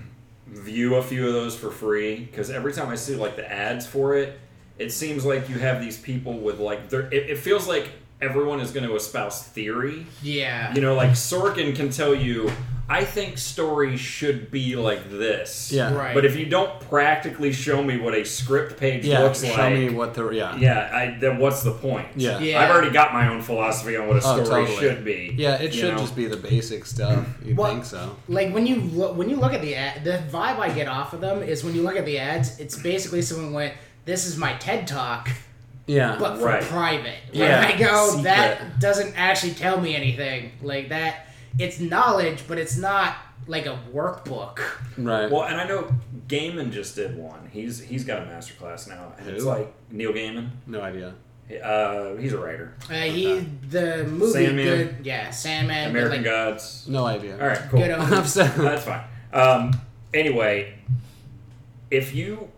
S3: view a few of those for free because every time I see like the ads for it, it seems like you have these people with like their. It, it feels like everyone is going to espouse theory.
S1: Yeah.
S3: You know, like Sorkin can tell you, I think stories should be like this.
S2: Yeah.
S1: Right.
S3: But if you don't practically show me what a script page
S2: yeah,
S3: looks
S2: show
S3: like,
S2: me what the yeah.
S3: yeah, I, then what's the point?
S2: Yeah.
S1: Yeah.
S3: I've already got my own philosophy on what a story
S2: Oh, totally.
S3: should be.
S2: Yeah, it
S3: you
S2: should
S3: know?
S2: just be the basic stuff. You'd
S1: Well-
S2: think so.
S1: like when you look when you look at the ad, the vibe I get off of them is when you look at the ads, it's basically someone went, "This is my TED talk,
S2: Yeah.
S1: but for
S3: Right.
S1: private."
S2: Yeah,
S1: And I go,
S2: secret.
S1: that doesn't actually tell me anything. Like that, it's knowledge, but it's not like a workbook.
S2: right.
S3: Well, and I know Gaiman just did one. He's he's got a master class now, and it's
S2: Who?
S3: like Neil Gaiman.
S2: no idea.
S3: Uh, he's a writer.
S1: Uh, he the movie
S3: Sandman.
S1: good, yeah, Sandman, but,
S3: American
S1: like,
S3: Gods.
S2: No idea.
S3: All right, cool.
S1: Good on-
S2: I'm sorry.
S3: That's fine. Um, anyway, if you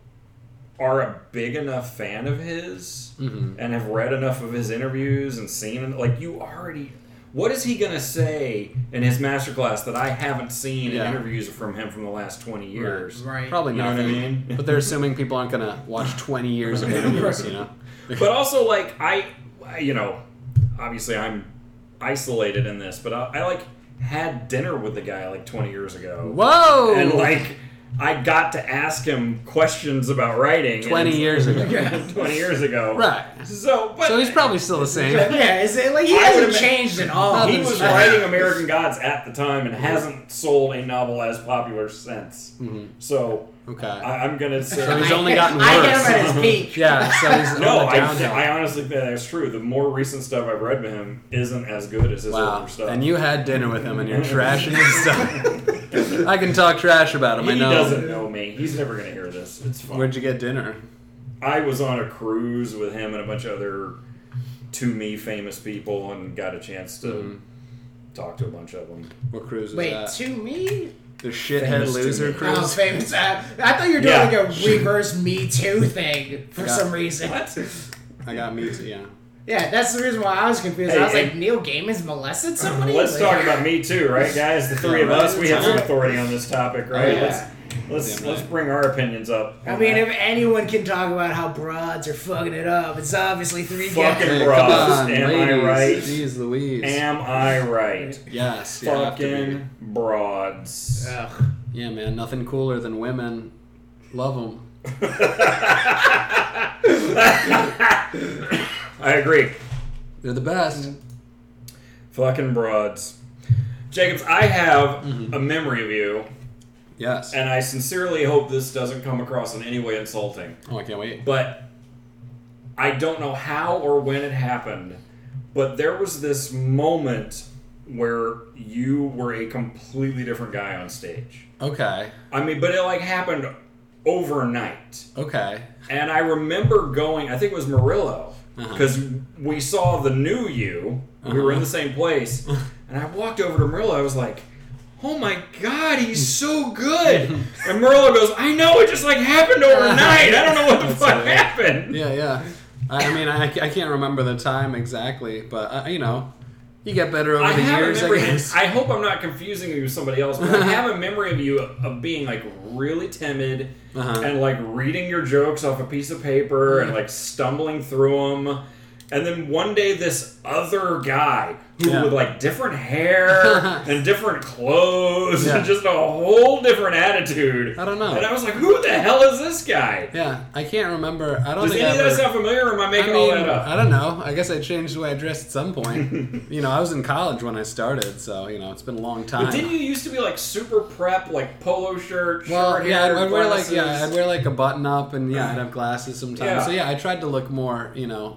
S3: are a big enough fan of his
S2: Mm-hmm.
S3: and have read enough of his interviews and seen him, like you already. What is he going to say in his masterclass that I haven't seen
S2: Yeah.
S3: in interviews from him from the last 20 years?
S1: right?
S2: Probably
S3: You know
S2: nothing.
S3: what I mean?
S2: but they're assuming people aren't gonna watch 20 years of interviews. You know.
S3: but also like I, I- you know obviously i'm isolated in this but I, I like had dinner with the guy like 20 years ago
S2: Whoa.
S3: and like i got to ask him questions about writing
S2: 20
S3: and-
S2: years ago.
S3: yeah, 20 years ago
S2: Right.
S3: so but
S2: So he's probably still the same.
S1: Yeah, is it like he
S3: I
S1: hasn't
S3: would've-
S1: changed at all?
S3: he was writing american gods at the time and hasn't sold a novel as popular since so
S2: Mm-hmm. Okay.
S3: I, i'm gonna say
S2: So he's
S1: I-
S2: only gotten
S1: I
S2: worse.
S1: get him at his peak.
S2: Yeah. So he's
S3: No,
S2: on the
S3: I,
S2: downhill.
S3: I honestly think that's true. The more recent stuff I've read by him isn't as good as his
S2: Wow.
S3: older stuff.
S2: And you had dinner with him, and you're trashing his stuff. I can talk trash about him.
S3: he
S2: I know.
S3: doesn't know me. He's never gonna hear this. It's fine.
S2: Where'd you get dinner?
S3: I was on a cruise with him and a bunch of other to me famous
S2: Mm.
S3: people and got a chance to talk to a bunch of them.
S2: What cruise was
S1: Wait,
S2: that?
S1: to me,
S2: the shithead
S3: Famous
S2: loser
S3: student.
S2: cruise.
S1: Oh, famous. Uh, I thought you were doing
S3: Yeah.
S1: like a reverse Me Too thing for
S2: Yeah.
S1: some reason.
S3: What?
S2: I got me too. Yeah.
S1: Yeah, that's the reason why I was confused. I
S3: Hey,
S1: was like,
S3: hey.
S1: Neil Gaiman's molested somebody.
S3: Let's
S1: Like-
S3: talk about me too, right, guys? The three of
S2: Yeah,
S3: us,
S2: right. Oh,
S3: we have some authority on this topic, right?
S1: yeah.
S3: Let's let's
S2: Yeah,
S3: let's
S2: right.
S3: bring our opinions up.
S1: I
S3: on
S1: mean,
S3: that.
S1: if anyone can talk about how broads are fucking it up, it's obviously three
S3: Fucking
S1: guys.
S2: Hey,
S3: Ross,
S2: come on,
S3: am I
S2: ladies.
S3: right?
S2: Jeez Louise.
S3: am I right?
S2: yes. you have to be.
S3: Fucking broads.
S1: Ugh.
S2: Yeah, man. Nothing cooler than women. Love them.
S3: I agree.
S2: They're the best.
S3: Mm-hmm. Fucking broads. Jacobs, I have
S2: Mm-hmm.
S3: a memory of you,
S2: Yes.
S3: and I sincerely hope this doesn't come across in any way insulting.
S2: Oh, I can't wait.
S3: But I don't know how or when it happened, but there was this moment where you were a completely different guy on stage.
S2: Okay.
S3: I mean, but it like happened overnight.
S2: Okay.
S3: And I remember going, I think it was Murillo,
S2: Uh-huh.
S3: because we saw the new you. We were in the same place. And I walked over to Murillo. I was like, oh my God, he's so good. and Murillo goes, I know, it just like happened overnight. I don't know what the
S2: That's right.
S3: fuck happened.
S2: Yeah, yeah. I, I mean, I, I can't remember the time exactly, but uh, you know, you get better over
S3: I
S2: the
S3: have
S2: years.
S3: a
S2: I
S3: memory.
S2: guess.
S3: I hope I'm not confusing you with somebody else, but I have a memory of you of being like really timid
S2: Uh-huh.
S3: and like reading your jokes off a piece of paper and like stumbling through them. And then one day, this other guy who
S2: Yeah.
S3: with like different hair and different clothes
S2: Yeah.
S3: and just a whole different attitude.
S2: I don't know.
S3: And I was like, "Who the hell is this guy?"
S2: yeah, I can't remember. I don't
S3: Does
S2: think
S3: any
S2: I
S3: of that
S2: ever-
S3: sound familiar? Or am I
S2: I
S3: making all
S2: mean,
S3: that up?
S2: I don't know. I guess I changed the way I dressed at some point. you know, I was in college when I started, so you know, it's been a long time.
S3: But didn't you used to be like super prep, like polo shirt?
S2: well,
S3: short
S2: yeah, I'd,
S3: hair,
S2: I'd wear like
S3: glasses?
S2: yeah, I'd wear like a button up, and yeah, I'd have glasses sometimes.
S3: Yeah.
S2: So yeah, I tried to look more, you know,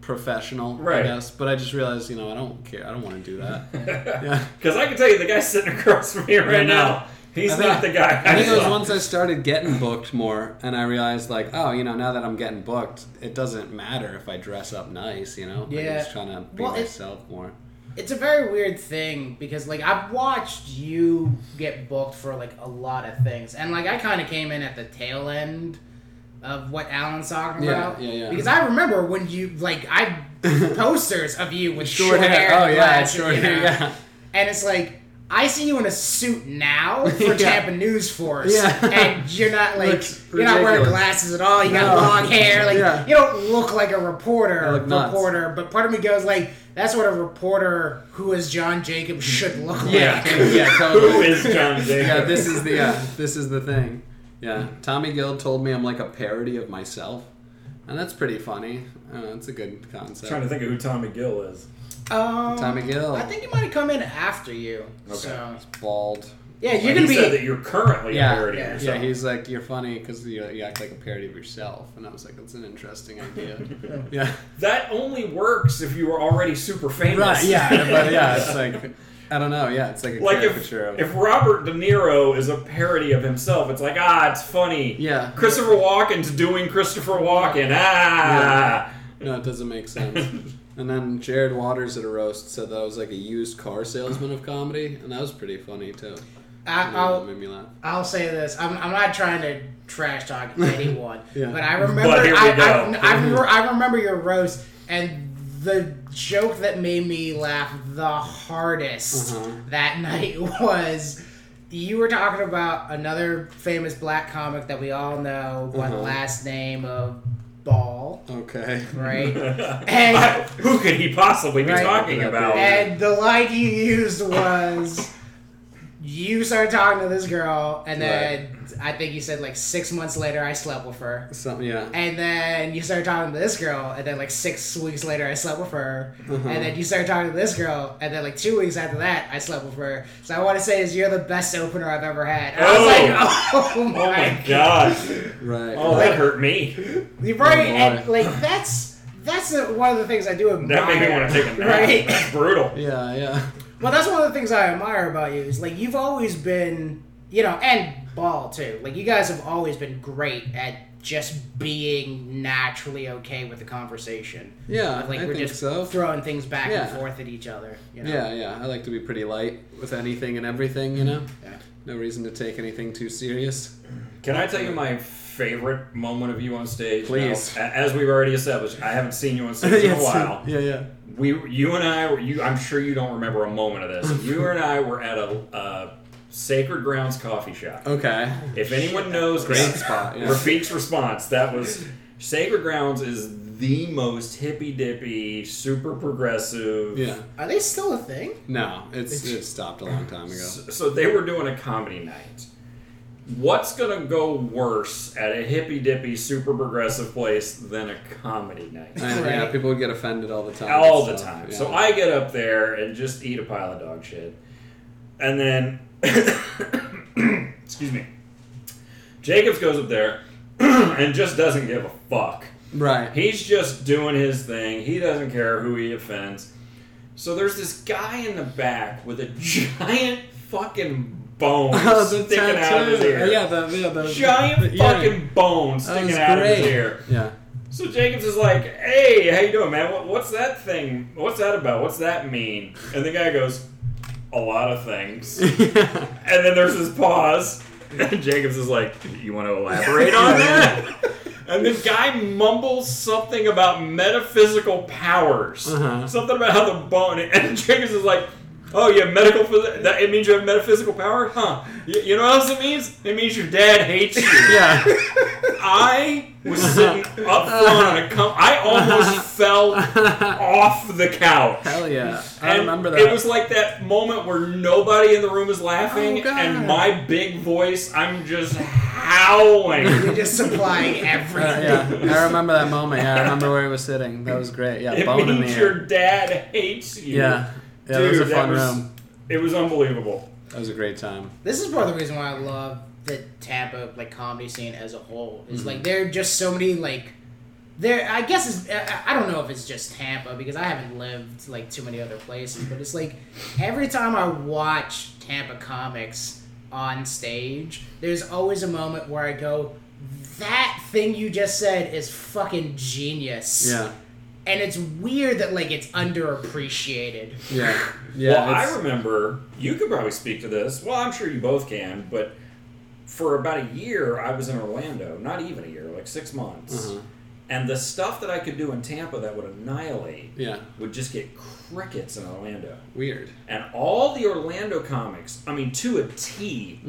S2: professional,
S3: Right.
S2: I guess. But I just realized, you know, I don't care. I don't want to do that. yeah.
S3: Because I can tell you, the guy sitting across from me right
S2: no.
S3: now, he's
S2: I think-
S3: not the guy.
S2: I think it was
S3: saw.
S2: once I started getting booked more, and I realized like, oh, you know, now that I'm getting booked, it doesn't matter if I dress up nice, you know.
S1: Yeah.
S2: I'm just trying to be
S1: Well, it-
S2: myself more.
S1: It's a very weird thing because like I've watched you get booked for like a lot of things, and like I kind of came in at the tail end of what Alan's talking
S2: Yeah,
S1: about.
S2: yeah, yeah.
S1: Because I remember when you like I posters of you with short,
S2: Short hair.
S1: and
S2: Oh, yeah,
S1: glasses,
S2: short
S1: you
S2: hair,
S1: know?
S2: yeah.
S1: And it's like. I see you in a suit now for
S2: Yeah.
S1: Tampa News Force,
S2: Yeah.
S1: and you're not like
S2: Looks
S1: you're not wearing
S2: ridiculous.
S1: glasses at all. You got
S2: No.
S1: long hair, like
S2: Yeah.
S1: you don't look like a reporter.
S2: I look nuts.
S1: reporter reporter, but part of me goes like, that's what a reporter who is John Jacobs should look like.
S2: Yeah, yeah, totally.
S3: Who is John Jacob?
S2: yeah, this is the uh, this is the thing. Yeah, Tommy Gill told me I'm like a parody of myself, and that's pretty funny. Uh, that's a good concept.
S3: trying to think of who Tommy Gill is.
S1: Um,
S2: Tommy Gill.
S1: I think he might have come in after you.
S3: Okay.
S1: So
S2: Bald.
S1: yeah, you
S3: Like,
S1: can
S3: he said that
S1: be.
S3: you're currently
S2: Yeah,
S3: a parody
S1: yeah,
S3: of
S2: Yeah,
S3: yourself.
S2: he's like, you're funny because you, you act like a parody of yourself, and I was like, that's an interesting idea. yeah.
S3: that only works if you were already super famous.
S2: Right. Yeah. But yeah, it's like I don't know. Yeah, it's like a
S3: like if,
S2: caricature of.
S3: if Robert De Niro is a parody of himself, it's like ah, it's funny.
S2: Yeah.
S3: Christopher Walken's doing Christopher Walken. Ah.
S2: no, it doesn't make sense. And then Jared Waters at a roast said that I was like a used car salesman of comedy, and that was pretty funny too.
S1: I,
S2: You know, that
S1: I'll
S2: made me laugh.
S1: I'll say this. I'm, I'm not trying to trash talk anyone,
S2: Yeah.
S1: but I remember
S3: But here we
S1: I,
S3: go.
S1: I, I, remember, I remember your roast and. The joke that made me laugh the hardest
S2: Uh-huh.
S1: that night was you were talking about another famous black comic that we all know by the
S2: Uh-huh.
S1: last name of Ball,
S2: Okay.
S1: right? and
S3: Who could he possibly be
S1: Right.
S3: talking about?
S1: and the line you used was you started talking to this girl, and then I think you said like six months later I slept with her.
S2: Something. Yeah.
S1: And then you started talking to this girl, and then like six weeks later, I slept with her.
S2: Uh-huh.
S1: And then you started talking to this girl, and then like two weeks after that, I slept with her. So I want to say is you're the best opener I've ever had. And I was like, oh my,
S3: oh my god!
S2: Right.
S3: Oh, that hurt me.
S1: You right,
S3: Oh
S2: boy.
S1: and like that's that's the- one of the things I do admire.
S3: That made me want to take a nap.
S1: Right.
S3: That's brutal.
S2: Yeah. Yeah.
S1: Well, that's one of the things I admire about you is like you've always been, you know, and ball too. Like you guys have always been great at just being naturally okay with the conversation.
S2: Yeah.
S1: Like
S2: I
S1: we're
S2: think
S1: just
S2: so.
S1: throwing things back and
S2: Yeah.
S1: forth at each other. You know?
S2: Yeah. Yeah. I like to be pretty light with anything and everything. You know.
S1: Yeah.
S2: No reason to take anything too serious.
S3: Can I tell you my favorite moment of you on stage?
S2: Please.
S3: Now, a- as we've already established, I haven't seen you on stage in a while.
S2: Yeah, yeah.
S3: We, you and I, were- you. I'm sure you don't remember a moment of this. You and I were at a uh, Sacred Grounds coffee shop.
S2: Okay.
S3: If anyone knows
S2: Great
S3: that-
S2: spot, yeah.
S3: Rafiq's response, that was Sacred Grounds is the most hippy dippy, super progressive.
S2: Yeah.
S1: Are they still a thing?
S2: No, it's it stopped a long time ago.
S3: S- So they were doing a comedy night. What's gonna go worse at a hippy dippy, super progressive place than a comedy night?
S2: And, Yeah,
S1: Right.
S2: people would get offended all the time. and
S3: All the
S2: stuff,
S3: time.
S2: yeah.
S3: So I get up there and just eat a pile of dog shit, and then excuse me, Jacobs goes up there and just doesn't give a fuck.
S2: right.
S3: He's just doing his thing. He doesn't care who he offends. So there's this guy in the back with a giant fucking bone
S2: Oh, the
S3: sticking out of his
S2: tattoo. Oh,
S3: ear.
S2: Yeah, the, yeah, the
S3: Giant
S2: the earring.
S3: fucking bone
S2: That was
S3: sticking out of his
S2: great.
S3: ear.
S2: Yeah.
S3: So Jacobs is like, "Hey, how you doing, man? What, what's that thing? What's that about? What's that mean?" And the guy goes, "A lot of things." And then there's this pause, and Jacobs is like, "You want to elaborate on that?" And the guy mumbles something about metaphysical powers,
S2: Uh-huh.
S3: something about how the bone. And Jacobs is like, "Oh, you have medical? Phys- that, it means you have metaphysical power, huh? You, you know what else it means? It means your dad hates you."
S2: yeah.
S3: I was sitting up front on a com- I almost fell off the couch.
S2: Hell yeah. I
S3: And
S2: remember that.
S3: It was like that moment where nobody in the room is laughing,
S2: Oh, God.
S3: and my big voice, I'm just howling.
S1: You're just supplying
S2: Uh,
S1: everything.
S2: yeah, I remember that moment. Yeah, I remember where he was sitting. That was great. Yeah,
S3: it
S2: bone in the
S3: means your
S2: ear.
S3: dad hates you.
S2: Yeah, yeah,
S3: Dude,
S2: that was a
S3: that
S2: fun
S3: was-
S2: room.
S3: It was unbelievable.
S2: That was a great time.
S1: This is part of the reason why I love the Tampa like comedy scene as a whole. Is like there are just so many like there. I guess it's, I, I don't know if it's just Tampa because I haven't lived like too many other places, but it's like every time I watch Tampa comics on stage, there's always a moment where I go, "That thing you just said is fucking genius."
S2: Yeah,
S1: and it's weird that like it's underappreciated.
S2: yeah, yeah.
S3: well, I
S2: it's-
S3: remember, you could probably speak to this. Well, I'm sure you both can, but for about a year, I was in Orlando. Not even a year, like six months.
S2: Uh-huh.
S3: And the stuff that I could do in Tampa that would annihilate
S2: yeah,
S3: would just get crickets in Orlando.
S2: weird.
S3: And all the Orlando comics, I mean, to a T,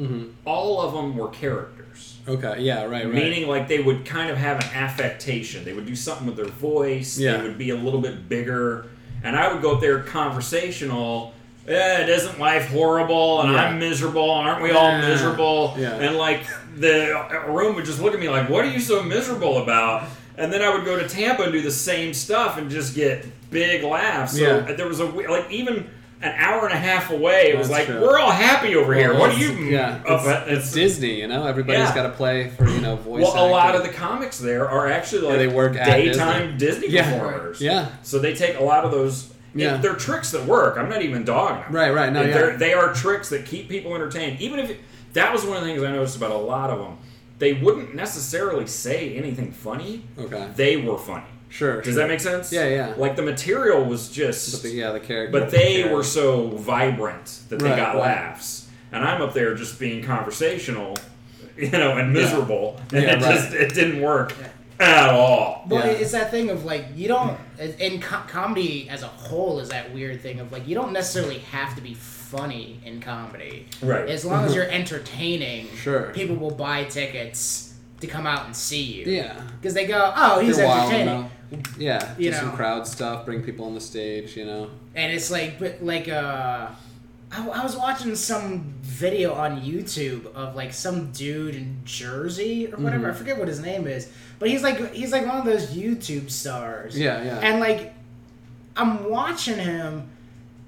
S3: all of them were characters.
S2: Okay, yeah, right, right.
S3: Meaning, like, they would kind of have an affectation. They would do something with their voice.
S2: Yeah.
S3: They would be a little bit bigger. And I would go up there conversational. Eh, isn't life horrible? And
S2: Yeah.
S3: I'm miserable. And aren't we all
S2: Yeah.
S3: miserable?
S2: Yeah.
S3: And, like, the room would just look at me like, what are you so miserable about? And then I would go to Tampa and do the same stuff and just get big laughs. So
S2: Yeah.
S3: there was a, we- like, even. An hour and a half away, it was
S2: That's
S3: like
S2: true.
S3: we're all happy over here.
S2: Well,
S3: What are you?
S2: it's- Yeah,
S3: up
S2: it's,
S3: at-
S2: it's Disney. You know, everybody's
S3: Yeah.
S2: got to play for you know voice.
S3: well, a lot
S2: acting.
S3: of the comics there are actually like
S2: Yeah, they work at
S3: daytime Disney,
S2: Yeah.
S3: performers.
S2: Yeah.
S3: So they take a lot of those.
S2: Yeah.
S3: Yeah. They're tricks that work. I'm not even dogging them.
S2: Right, right, no,
S3: If
S2: yeah.
S3: they're- They are tricks that keep people entertained. Even if that was one of the things I noticed about a lot of them, they wouldn't necessarily say anything funny.
S2: Okay.
S3: They were funny.
S2: Sure.
S3: Does that make sense?
S2: Yeah, yeah.
S3: Like the material was just.
S2: But the, yeah, the character.
S3: But they
S2: yeah.
S3: were so vibrant that they
S2: Right,
S3: got
S2: right.
S3: laughs, and I'm up there just being conversational, you know, and miserable, and
S2: Yeah,
S3: it
S2: right.
S3: just it didn't work at all.
S1: Well,
S2: Yeah.
S1: it's that thing of like you don't, and co- comedy as a whole is that weird thing of like you don't necessarily have to be funny in comedy.
S3: Right.
S1: As long as you're entertaining,
S2: Sure.
S1: people will buy tickets to come out and see you.
S2: Yeah.
S1: Because they go, oh, he's
S2: They're wild
S1: entertaining,
S2: enough. Yeah,
S1: You
S2: do some
S1: know.
S2: crowd stuff. Bring people on the stage. You know.
S1: and it's like, but like, uh, I, I was watching some video on YouTube of like some dude in Jersey or whatever.
S2: Mm-hmm.
S1: I forget what his name is, but he's like he's like one of those YouTube stars.
S2: Yeah, yeah.
S1: And like, I'm watching him,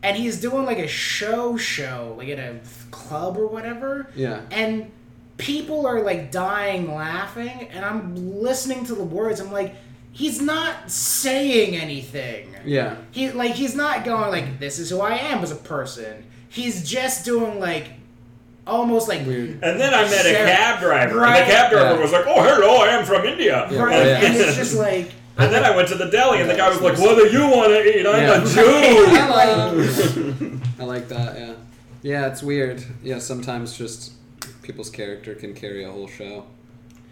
S1: and he's doing like a show, show like at a club or whatever.
S2: Yeah.
S1: And people are like dying laughing, and I'm listening to the words. I'm like, he's not saying anything.
S2: yeah.
S1: He like he's not going like this is who I am as a person. He's just doing like almost like
S2: Weird.
S3: And then I met a
S1: Sure.
S3: cab driver,
S1: Right.
S3: and the cab driver
S2: Yeah.
S3: was like, "Oh, hello, I am from India."
S2: Yeah.
S1: right?
S2: Yeah.
S1: And it's just like
S3: And then I went to the deli, and the
S2: Yeah,
S3: guy was like,
S2: it's
S3: "What do you want to eat? I'm
S2: Yeah.
S3: a Jew."
S1: Hello.
S2: I like that. Yeah, yeah, it's weird. Yeah, sometimes just people's character can carry a whole show.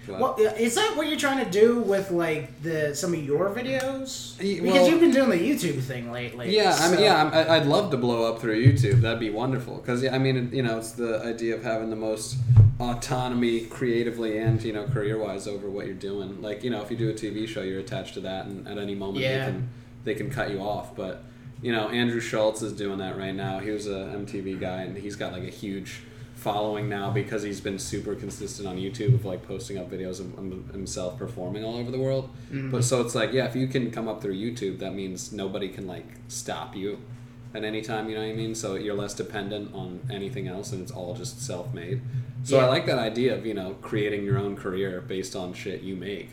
S2: But-
S1: Well, is that what you're trying to do with like the some of your videos?
S2: Y-
S1: Because
S2: well-
S1: you've been doing the YouTube thing lately.
S2: yeah, I mean,
S1: so-
S2: yeah, I'm, I- I'd love to blow up through YouTube. That'd be wonderful. Because I mean, it- you know, it's the idea of having the most autonomy creatively and you know career-wise over what you're doing. Like you know, if you do a TV show, you're attached to that, and at any moment
S1: Yeah.
S2: they can they can cut you off. But you know, Andrew Schultz is doing that right now. He was a MTV guy, and he's got like a huge following now because he's been super consistent on YouTube of like posting up videos of him- himself performing all over the world. But so it's like, yeah, if you can come up through YouTube, that means nobody can like stop you at any time. You know what I mean? So you're less dependent on anything else, and it's all just self-made. So I
S1: Yeah.
S2: like that idea of you know creating your own career based on shit you make,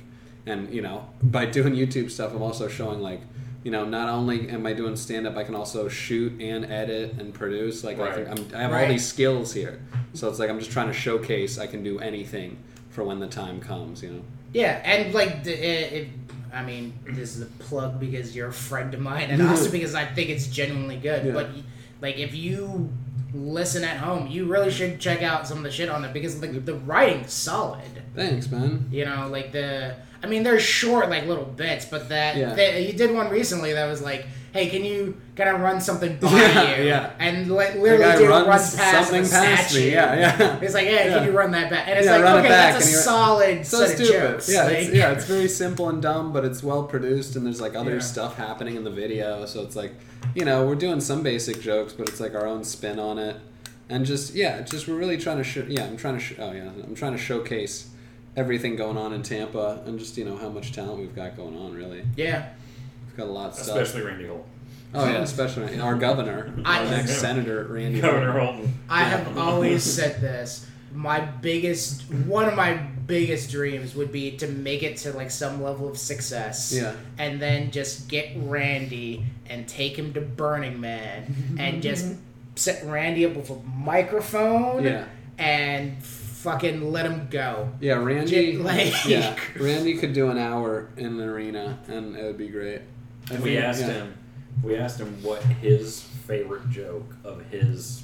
S2: and you know by doing YouTube stuff, I'm also showing like. You know, not only am I doing stand up, I can also shoot and edit and produce. Like, I,
S3: Right.
S2: think I'm, I have all
S1: Right.
S2: these skills here. So it's like I'm just trying to showcase I can do anything for when the time comes, you know?
S1: Yeah, and like, the, it, it, I mean, this is a plug because you're a friend of mine, and also because I think it's genuinely good.
S2: Yeah.
S1: But like, if you listen at home, you really should check out some of the shit on it because like the writing's solid.
S2: Thanks, man.
S1: You know, like the, I mean, they're short like little bits, but that
S2: Yeah.
S1: that- you did one recently that was like. Hey, can you kind of run something by
S2: Yeah,
S1: you?
S2: yeah.
S1: And like
S2: The
S1: literally,
S2: guy
S1: dude
S2: runs
S1: runs past
S2: something
S1: the
S2: past
S1: statue.
S2: me. Yeah, yeah.
S1: It's like, hey,
S2: Yeah.
S1: can you run that back? And it's
S2: Yeah, run
S1: like,
S2: it
S1: okay,
S2: back,
S1: that's a
S2: and you run-
S1: solid
S2: So
S1: set of
S2: stupid.
S1: jokes.
S2: Yeah,
S1: like-
S2: it's, yeah, it's very simple and dumb, but it's well produced, and there's like other
S1: Yeah.
S2: stuff happening in the video. So it's like, you know, we're doing some basic jokes, but it's like our own spin on it, and just yeah, it's just we're really trying to sh- yeah, I'm trying to sh- oh yeah, I'm trying to showcase everything going on in Tampa, and just you know how much talent we've got going on. Really,
S1: Yeah.
S2: we've got a lot of stuff.
S3: especially Randy Holt.
S2: Oh yeah, especially our governor,
S1: I-
S2: our next senator Randy.
S3: Governor
S2: Holt.
S3: Holton.
S1: I have always said this. My biggest, one of my biggest dreams would be to make it to like some level of success.
S2: Yeah.
S1: And then just get Randy and take him to Burning Man and just set Randy up with a microphone
S2: Yeah.
S1: and fucking let him go.
S2: Yeah, Randy.
S1: J- like-
S2: yeah, Randy could do an hour in an arena, and it would be great. I
S3: We
S2: think-
S3: asked
S2: yeah.
S3: him. We asked him what his favorite joke of his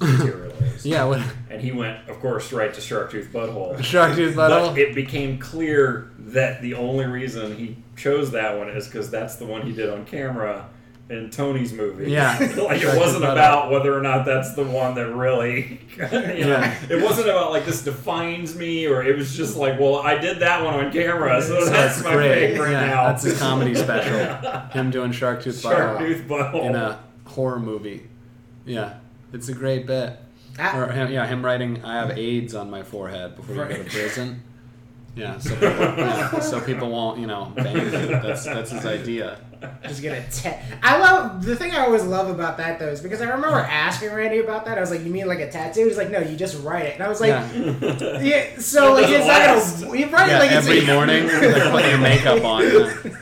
S3: material is.
S2: Yeah, what
S3: And he went, of course, right to Shark Tooth Butthole.
S2: shark tooth
S3: But
S2: butthole?
S3: it became clear that the only reason he chose that one is because that's the one he did on camera in Tony's movie.
S2: Yeah.
S3: like
S2: Shark
S3: it wasn't
S2: Tooth
S3: about whether or not that's the one that really. you know,
S2: Yeah.
S3: It wasn't about like this defines me, or it was just like, well, I did that one on camera, so, that's, my favorite
S2: yeah,
S3: now.
S2: that's a comedy special. Him doing shark tooth
S3: Shark
S2: butthole
S3: Tooth Butthole.
S2: in a horror movie. Yeah, it's a great bit.
S1: I-
S2: Or him, yeah, him writing, "I have AIDS on my forehead" before you go
S1: Right.
S2: to prison. Yeah, so people, yeah, so people won't, you know, bang you. That's that's his idea.
S1: just gonna te- I love the thing I always love about that though is because I remember asking Randy about that. I was like, "You mean like a tattoo?" He's like, "No, you just write it." And I was like,
S2: yeah.
S1: "Yeah." so
S3: It
S1: like it's
S3: doesn't
S1: not gonna. You write
S2: Yeah,
S1: it like it's
S2: every morning they're putting your makeup on. yeah.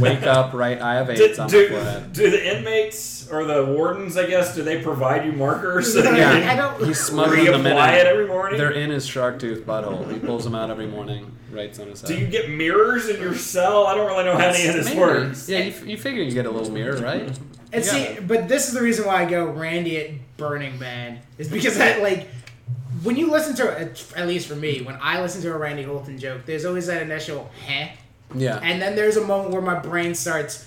S2: Wake up, right? I have
S3: Did,
S2: AIDS on my
S3: do,
S2: forehead.
S3: do the inmates or the wardens, I guess, do they provide you markers? that you
S1: Yeah.
S3: can
S1: I don't-
S2: He's smuggling them in.
S3: reapply it every morning?
S2: They're in his shark tooth butthole. He pulls them out every morning, writes on his head.
S3: Do you get mirrors in your cell? I don't really know how any of this
S2: Maybe.
S3: works.
S2: Yeah, you, f- you figure you get a little mirror, right?
S1: And see, but this is the reason why I go Randy at Burning Man is because I like when you listen to it, at least for me, when I listen to a Randy Holton joke, there's always that initial "heh,"
S2: Yeah.
S1: and then there's a moment where my brain starts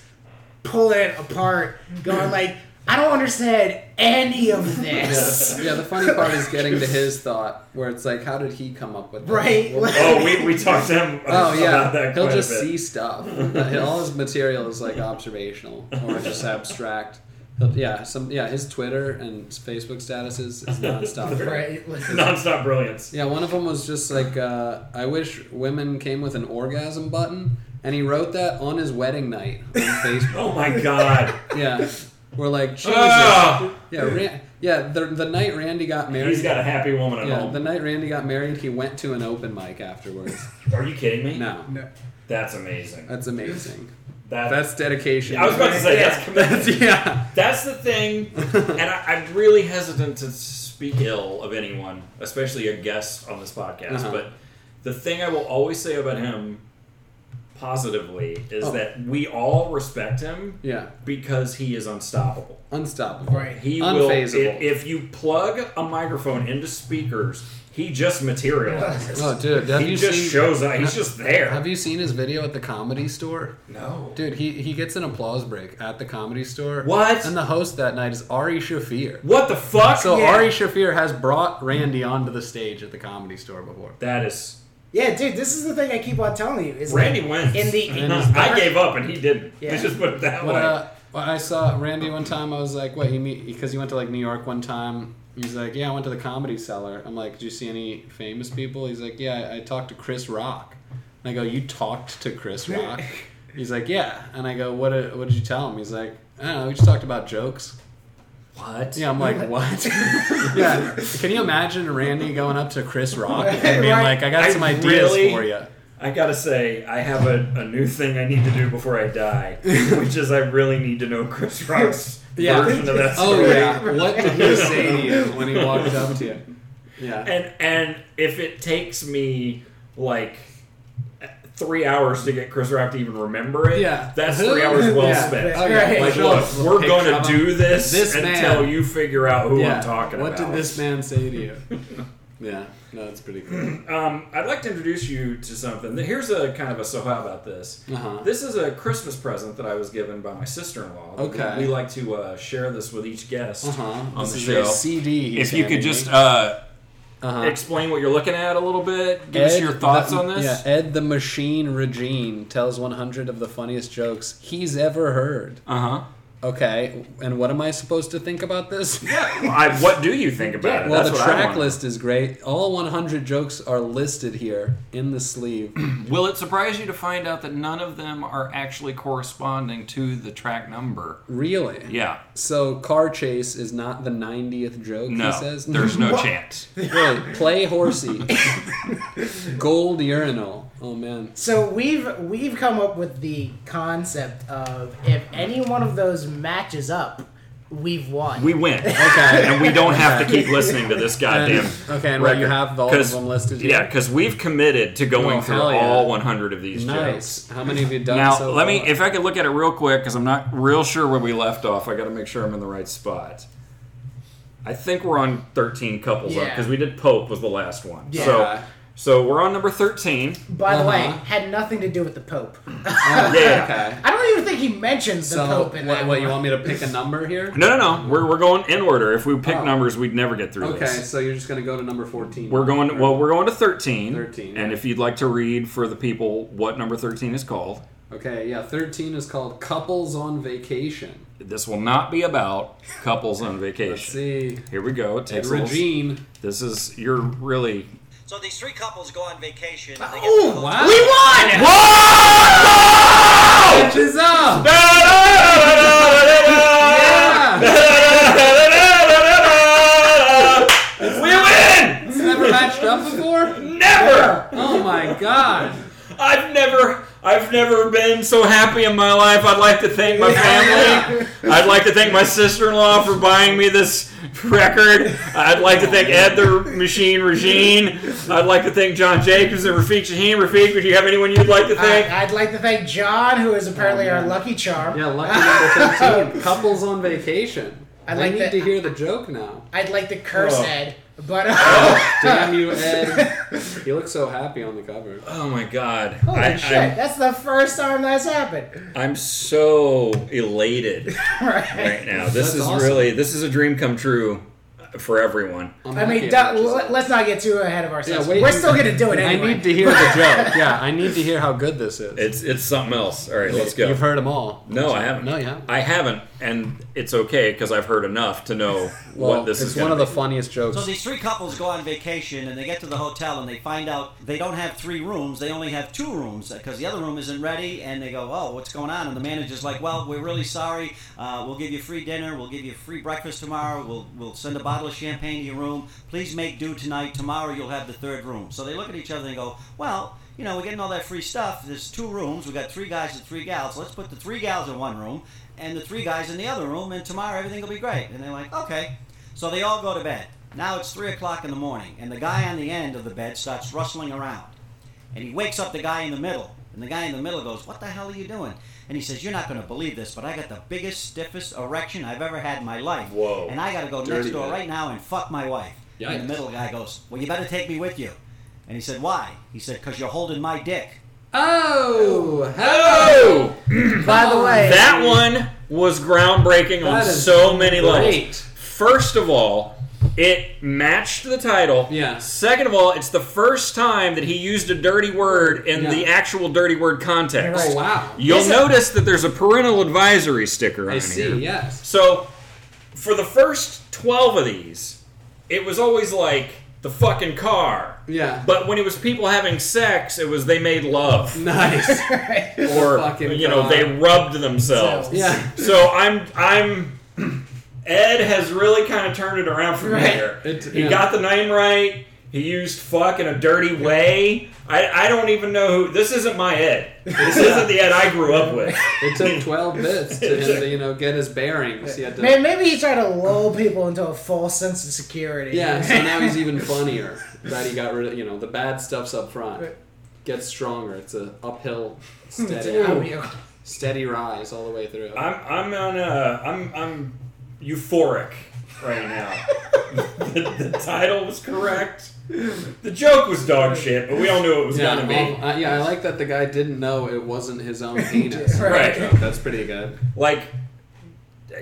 S1: pulling it apart, going like, "I don't understand any of this."
S2: yeah, the funny part is getting to his thought, where it's like, how did he come up with that?
S1: Right?
S2: Well,
S3: Oh, we, we talked to him
S2: Oh
S3: about
S2: yeah,
S3: that
S2: he'll
S3: quite
S2: just
S3: a bit.
S2: see stuff. All his material is like observational or just abstract. He'll, yeah, some yeah. His Twitter and his Facebook statuses is nonstop.
S1: right?
S3: Nonstop brilliance.
S2: Yeah, one of them was just like, uh, I wish women came with an orgasm button, and he wrote that on his wedding night on Facebook.
S3: Oh my god.
S2: yeah, we're like Jesus.
S3: Ah!
S2: Yeah, Ran- yeah. The, the night Randy got married.
S3: He's got a happy woman at
S2: yeah,
S3: home.
S2: the night Randy got married, he went to an open mic afterwards.
S3: Are you kidding me?
S2: No,
S1: No.
S3: That's amazing.
S2: that's amazing.
S3: That-
S2: That's dedication.
S3: I was about to say that's
S2: That's-
S3: commitment.
S2: yeah.
S3: That's the thing, and I, I'm really hesitant to speak ill of anyone, especially a guest on this podcast.
S2: Uh-huh.
S3: But the thing I will always say about him, positively is
S2: Oh.
S3: that we all respect him
S2: Yeah.
S3: because he is unstoppable.
S2: Unstoppable.
S1: Right.
S3: He will. If,
S2: Unfazable.
S3: if you plug a microphone into speakers, he just materializes.
S2: Oh, dude. Have
S3: he
S2: you
S3: just
S2: seen?
S3: shows up. He's just there.
S2: have you seen his video at the comedy store?
S3: no.
S2: Dude, he, he gets an applause break at the comedy store.
S3: What?
S2: And the host that night is Ari Shafir.
S3: What the fuck?
S2: So
S1: Yeah.
S2: Ari Shafir has brought Randy onto the stage at the comedy store before.
S3: that is
S1: Yeah, dude, this is the thing I keep on telling you. Is
S3: Randy
S1: like,
S3: wins.
S1: in the
S2: And he's
S3: I gave up and he didn't.
S1: Yeah.
S3: Let's just put it that
S2: But
S3: way.
S2: uh, well, I saw Randy one time. I was like, "What you meet?" Because he went to like New York one time. He's like, "Yeah, I went to the Comedy Cellar." I'm like, "Did you see any famous people?" He's like, "Yeah, I, I talked to Chris Rock." And I go, "You talked to Chris Rock?" He's like, "Yeah." And I go, "What? Did, what did you tell him?" He's like, "I don't know. We just talked about jokes."
S3: what?
S2: Yeah, I'm like, "What?" yeah. Can you imagine Randy going up to Chris Rock and being
S1: Right.
S2: like, "I got
S3: I
S2: some ideas
S3: really-
S2: for you"?
S3: I gotta say, I have a, a new thing I need to do before I die, which is I really need to know Chris Rock's
S2: Yeah.
S3: version of that
S2: Oh
S3: story.
S2: yeah. What did he say to you when he walked up to you? Yeah.
S3: And and if it takes me like three hours to get Chris Rock to even remember it,
S2: Yeah.
S3: that's three hours well
S2: Yeah.
S3: spent.
S1: Oh, yeah.
S3: Like,
S1: Sure.
S3: look, we're gonna do this,
S2: This man-
S3: until you figure out who
S2: Yeah.
S3: I'm talking
S2: what
S3: about.
S2: did this man say to you? yeah, no, that's pretty cool.
S3: Um, I'd like to introduce you to something. Here's a kind of a so how about this.
S2: Uh-huh.
S3: This is a Christmas present that I was given by my sister in law.
S2: Okay.
S3: We, we like to uh, share this with each guest
S2: Uh-huh.
S3: on
S2: this
S3: the
S2: is
S3: show.
S2: a CD. he's
S3: if you could
S2: handing
S3: just
S2: me.
S3: uh,
S2: uh-huh.
S3: explain what you're looking at a little bit, give us
S2: Ed
S3: your thoughts
S2: the-
S3: on this.
S2: Yeah, Ed the Machine Regine tells 100 of the funniest jokes he's ever heard.
S3: Uh huh.
S2: Okay, and what am I supposed to think about this?
S3: Yeah. I, what do you think about it?
S2: Well,
S3: That's
S2: the
S3: what I
S2: track
S3: want.
S2: list is great. All 100 jokes are listed here in the sleeve.
S3: Will it surprise you to find out that none of them are actually corresponding to the track number?
S2: Really?
S3: Yeah.
S2: So, car chase is not the 90th joke,
S3: No.
S2: he says?
S3: There's no
S1: What?
S3: chance.
S2: Really, play horsey. Gold urinal. Oh man.
S1: So we've we've come up with the concept of if any one of those matches up, we've won.
S3: We win.
S2: Okay.
S3: and we don't have to keep listening to this goddamn.
S2: okay, and what you
S3: record.
S2: have all of
S3: 'Cause-
S2: them listed here.
S3: Yeah, because we've committed to going
S2: Oh,
S3: through
S2: hell yeah.
S3: all 100 of these jokes.
S2: Nice. How many have you done
S3: Now,
S2: so
S3: let me,
S2: far?
S3: if I could look at it real quick, because I'm not real sure where we left off. I got to make sure I'm in the right spot. I think we're on 13 couples up
S1: Yeah.
S3: because we did Pope was the last one.
S1: Yeah.
S3: So, so we're on number 13.
S1: By the way,
S2: Uh-huh.
S1: had nothing to do with the Pope.
S2: Oh,
S3: Yeah.
S2: Okay.
S1: I don't even think he mentions the
S2: So,
S1: Pope in
S2: what,
S1: that
S2: what, you
S1: one.
S2: want me to pick a number here?
S3: No, no, no. We're, we're going in order. If we pick
S2: Oh.
S3: numbers, we'd never get through
S2: Okay,
S3: this.
S2: so you're just gonna go to number fourteen.
S3: We're going well. We're going to thirteen.
S2: 13,
S3: And
S2: yeah.
S3: if you'd like to read for the people what number thirteen is called,
S2: Okay, yeah. Thirteen is called couples on vacation.
S3: this will not be about couples
S2: Let's
S3: on vacation.
S2: see.
S3: Here we go.
S2: Ed
S3: It takes a little-
S2: Regine.
S3: This is you're really.
S4: So these three couples go on vacation. And they get to the
S1: Oh,
S2: Wow.
S1: we won!
S3: Whoa!
S2: Catches up. Yeah.
S3: We win!
S2: It's never matched up before.
S3: Never!
S2: Oh my god.
S3: I've never. I've never been so happy in my life. I'd like to thank my family. I'd like to thank my sister-in-law for buying me this record. I'd like to thank Ed the Machine Regine. I'd like to thank John Jacobs and Rafik Shaheen. Rafik, would you have anyone you'd like to thank?
S1: I, would like to thank John, who is apparently
S2: Oh, man.
S1: our lucky charm.
S2: Yeah, lucky number 13. Couples on vacation. I
S1: I like
S2: need
S1: that-
S2: to hear the joke now.
S1: I'd like to curse
S3: Oh.
S1: Ed, but
S2: Oh, Damn you, Ed. He looks so happy on the cover.
S3: Oh my god.
S1: Holy
S3: I,
S1: shit! that's the first time that's happened.
S3: I'm, I'm so elated
S1: Right.
S3: right now. This
S2: That's
S3: is
S2: awesome.
S3: really this is a dream come true for everyone.
S2: I'm
S1: I
S2: happy
S1: mean,
S2: it
S1: don't-
S2: matches
S1: let-
S2: up.
S1: let's not get too ahead of
S2: Yeah,
S1: ourselves.
S2: wait,
S1: We're still gonna do it anyway.
S2: I need to hear the joke. Yeah, I need to hear how good this is.
S3: It's it's something else. All right, let's go.
S2: You've heard them all.
S3: No, I haven't.
S2: No, you haven't.
S3: I haven't, and it's okay because I've heard enough to know
S2: Well,
S3: what this
S2: it's
S3: is.
S2: one
S3: gonna
S2: of the
S3: be.
S2: funniest jokes.
S4: So these three couples go on vacation and they get to the hotel and they find out they don't have three rooms, they only have two rooms because the other room isn't ready. And they go, "Oh, what's going on?" And the manager's like, "Well, we're really sorry. Uh, we'll give you free dinner. We'll give you free breakfast tomorrow. We'll we'll send a bottle of champagne to your room. Please make do tonight. Tomorrow you'll have the third room." So they look at each other and go, "Well." You know, we're getting all that free stuff. There's two rooms. We got three guys and three gals. Let's put the three gals in one room and the three guys in the other room, and tomorrow everything will be great. And they're like, okay. So they all go to bed. Now it's 3 o'clock in the morning, and the guy on the end of the bed starts rustling around. And he wakes up the guy in the middle, And the guy in the middle goes, What the hell are you doing? And he says, You're not going to believe this, but I got the biggest, stiffest erection I've ever had in my life.
S3: Whoa.
S4: And I got to go
S2: Dirty
S4: next door
S2: man.
S4: right now and fuck my wife. And
S2: Yikes.
S4: the middle guy goes, Well, you better take me with you. And he said, Why? He said, Because you're holding my dick.
S2: Oh,
S3: Oh,
S1: By the way,
S3: that one was groundbreaking on
S2: That is
S3: so many
S2: great.
S3: levels. First of all, it matched the title.
S2: Yeah.
S3: Second of all, it's the first time that he used a dirty word in
S2: Yeah.
S3: the actual dirty word context.
S2: Oh, wow.
S3: You'll
S1: Is it-
S3: notice that there's a parental advisory sticker on
S2: I see,
S3: here.
S2: yes.
S3: So, for the first 12 of these, it was always like the fucking car.
S2: Yeah.
S3: But when it was people having sex, it was they made love.
S2: Nice.
S3: Or,
S2: fucking
S3: you know,
S2: car.
S3: they rubbed themselves.
S2: yeah.
S3: So I'm, I'm, Ed has really kind of turned it around from
S1: Right.
S3: there.
S2: It-
S3: he
S2: yeah.
S3: got the name right. He used fuck in a dirty way. I, I don't even know who. This isn't my Ed. This isn't the Ed I grew up with.
S2: It took 12 minutes to him to, you know, get his bearings. He had to,
S1: Man, maybe he's trying to lull people into a false sense of security.
S2: yeah, so now he's even funnier that he got rid of, you know, the bad stuff's up front. Gets stronger. It's a uphill, steady,
S1: Damn.
S2: steady rise all the way through.
S3: I'm I'm on a I'm I'm euphoric right now. the, the title was correct. The joke was dog shit, but we all knew it was
S2: yeah,
S3: gonna be.
S2: um, uh, yeah, I like that the guy didn't know it wasn't his own penis.
S1: Right.
S3: Right.
S2: So that's pretty good.
S3: Like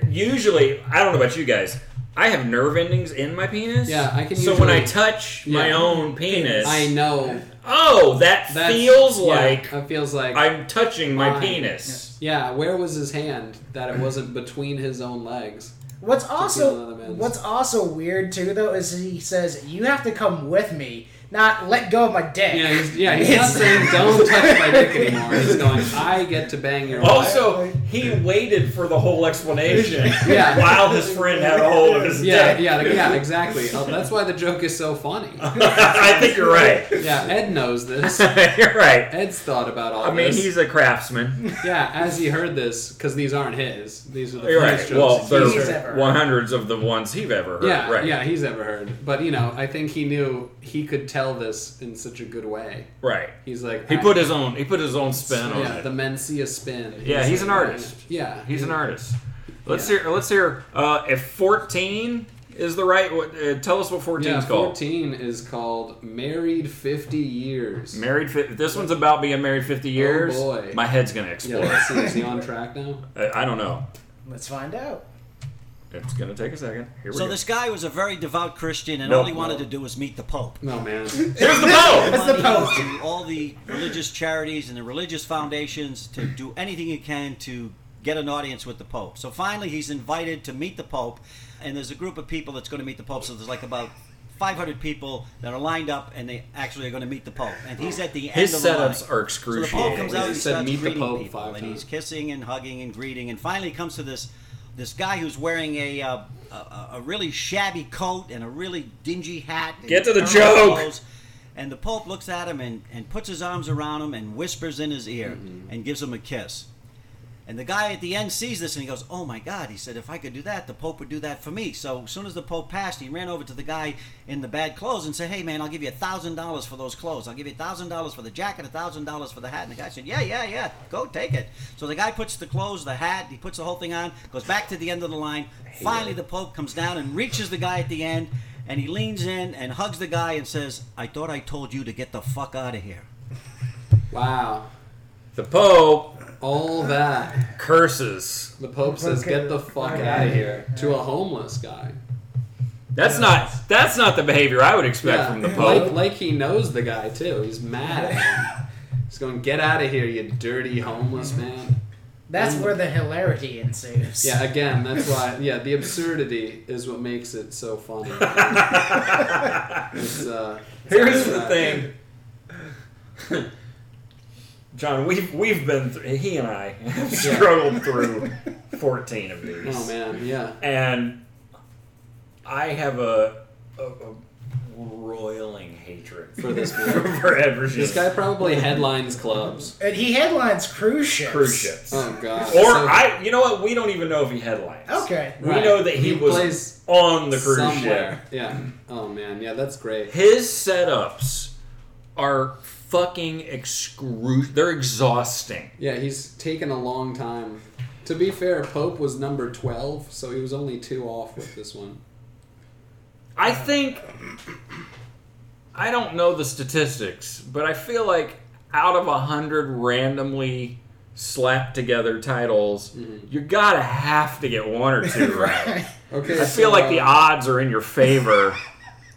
S3: usually, I don't know about you guys. I have nerve endings in my penis.
S2: Yeah, I can
S3: So when I
S2: usually-
S3: touch my
S2: Yeah.
S3: own penis,
S2: I know.
S3: oh, that
S2: That's,
S3: feels
S2: yeah,
S3: like
S2: It feels like.
S3: I'm touching my
S2: Mine.
S3: penis.
S2: yeah, where was his hand that it wasn't between his own legs?
S1: What's
S2: another
S1: also
S2: man's.
S1: what's also weird too though is he says you have to come with me, not let go of my dick.
S2: Yeah, he's, yeah, he's not saying don't touch my dick anymore. He's going, I get to bang your
S3: Oh,
S2: wife.
S3: Also, he waited for the whole explanation
S2: Yeah.
S3: while his friend had a hold of his
S2: Yeah,
S3: dick.
S2: yeah, yeah, exactly. Uh, that's why the joke is so funny.
S3: I think you're right.
S2: Yeah, Ed knows this.
S3: You're right.
S2: Ed's thought about all
S3: I mean,
S2: this.
S3: he's a craftsman.
S2: yeah, as he heard this, because these aren't his. These are the
S3: You're
S2: first
S3: right.
S2: jokes
S3: Well,
S2: he's
S3: there
S1: He's
S2: heard.
S1: ever
S3: are
S1: heard.
S3: 100s of the ones he've ever heard.
S2: yeah,
S3: right.
S2: yeah, he's ever heard. But you know, I think he knew he could tell this in such a good way.
S3: Right.
S2: He's like,
S3: He
S2: I-
S3: put his own. He put his own spin on
S2: yeah,
S3: it.
S2: the Mencia spin.
S3: yeah, he's an artist.
S2: Yeah,
S3: He's an artist. Let's
S2: Yeah.
S3: hear. Let's hear. Uh, if 14 is the right, what, uh, tell us what 14
S2: Yeah,
S3: is called.
S2: 14 is called Married 50 Years.
S3: Married. Fi- this one's about being married 50 years.
S2: Oh, boy.
S3: My head's gonna
S2: yeah,
S3: explode.
S2: let's see, is he on track now?
S3: I, I don't know.
S1: Let's find out.
S3: It's gonna take a second. Here we
S4: So
S3: go.
S4: this guy was a very devout Christian, and
S3: No,
S4: all he wanted
S3: no.
S4: to do was meet the Pope.
S2: No, man.
S3: Here's the bow.
S1: That's the
S4: money
S1: Pope.
S4: to all the religious charities and the religious foundations to do anything he can to get an audience with the Pope. So finally, he's invited to meet the Pope, and there's a group of people that's going to meet the Pope. So there's like about 500 people that are lined up, and they actually are going to meet the Pope. And he's at the
S3: His
S4: end of the line.
S3: setups are
S4: So the Pope
S3: excruciating.
S4: comes out
S2: He
S4: and he
S2: said,
S4: starts
S2: "Meet the
S4: greeting
S2: Pope,"
S4: people,
S2: five
S4: and he's
S2: times.
S4: kissing and hugging and greeting, and finally comes to this this guy who's wearing a uh, a- a, a really shabby coat and a really dingy hat. and
S3: Get to the
S4: terrible
S3: joke.
S4: clothes. And the Pope looks at him and, and puts his arms around him and whispers in his ear
S2: Mm-hmm.
S4: and gives him a kiss. And the guy at the end sees this and he goes, "Oh my God!" He said, "If I could do that, the Pope would do that for me." So as soon as the Pope passed, he ran over to the guy in the bad clothes and said, "Hey man, I'll give you a thousand dollars for those clothes. I'll give you a thousand dollars for the jacket, a thousand dollars for the hat." And the guy said, "Yeah, yeah, yeah. Go take it." So the guy puts the clothes, the hat, he puts the whole thing on, goes back to the end of the line. Finally, the Pope comes down and reaches the guy at the end, and he leans in and hugs the guy and says, "I thought I told you to get the fuck out of here."
S2: Wow.
S3: The Pope
S2: All that.
S3: curses.
S2: The Pope says, get the fuck out of here to a homeless guy.
S3: That's not that's not the behavior I would expect
S2: Yeah,
S3: from the
S2: Like,
S3: Pope.
S2: like he knows the guy, too. He's mad at him. He's going, get out of here, you dirty homeless man.
S1: That's where the hilarity ensues.
S2: Yeah, again, that's why. Yeah, the absurdity is what makes it so funny. It's, uh,
S3: Here's the
S2: uh,
S3: thing, John. We've we've been thr he and I have struggled through fourteen of these,
S2: Oh man, yeah.
S3: and I have a, a, a roiling hatred
S2: For this man.
S3: for Ed Regier.
S2: This guy probably headlines clubs.
S1: And he headlines cruise ships.
S3: cruise ships,
S2: Oh god.
S3: or
S2: So-
S3: I. You know what? We don't even know if he headlines.
S1: Okay.
S3: we
S2: Right.
S3: know that he,
S2: He
S3: was
S2: plays
S3: on the cruise ship. Mm.
S2: somewhere. Yeah. Oh man, yeah, that's great.
S3: his setups are fucking excru. They're exhausting.
S2: Yeah, he's taken a long time. To be fair, Pope was number 12, so he was only two off with this one.
S3: I think I don't know the statistics, but I feel like out of a hundred randomly slapped together titles, you gotta have to get one or two right.
S2: Okay,
S3: I
S2: so,
S3: feel like the
S2: uh,
S3: odds are in your favor.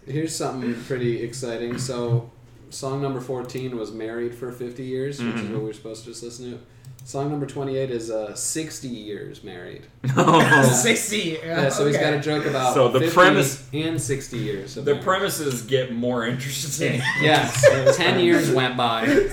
S2: Here's something pretty exciting. So, song number 14 was Married for 50 Years, which
S3: Mm-hmm.
S2: is what we were supposed to just listen to. Song number 28 is uh, 60 Years Married.
S1: Sixty.
S2: Yeah, so he's got a
S1: okay.
S2: joke about
S3: So the
S2: 50
S3: premise-
S2: and 60 years. of
S3: the
S2: marriage.
S3: premises get more interesting.
S2: Yes, so 10 years went by,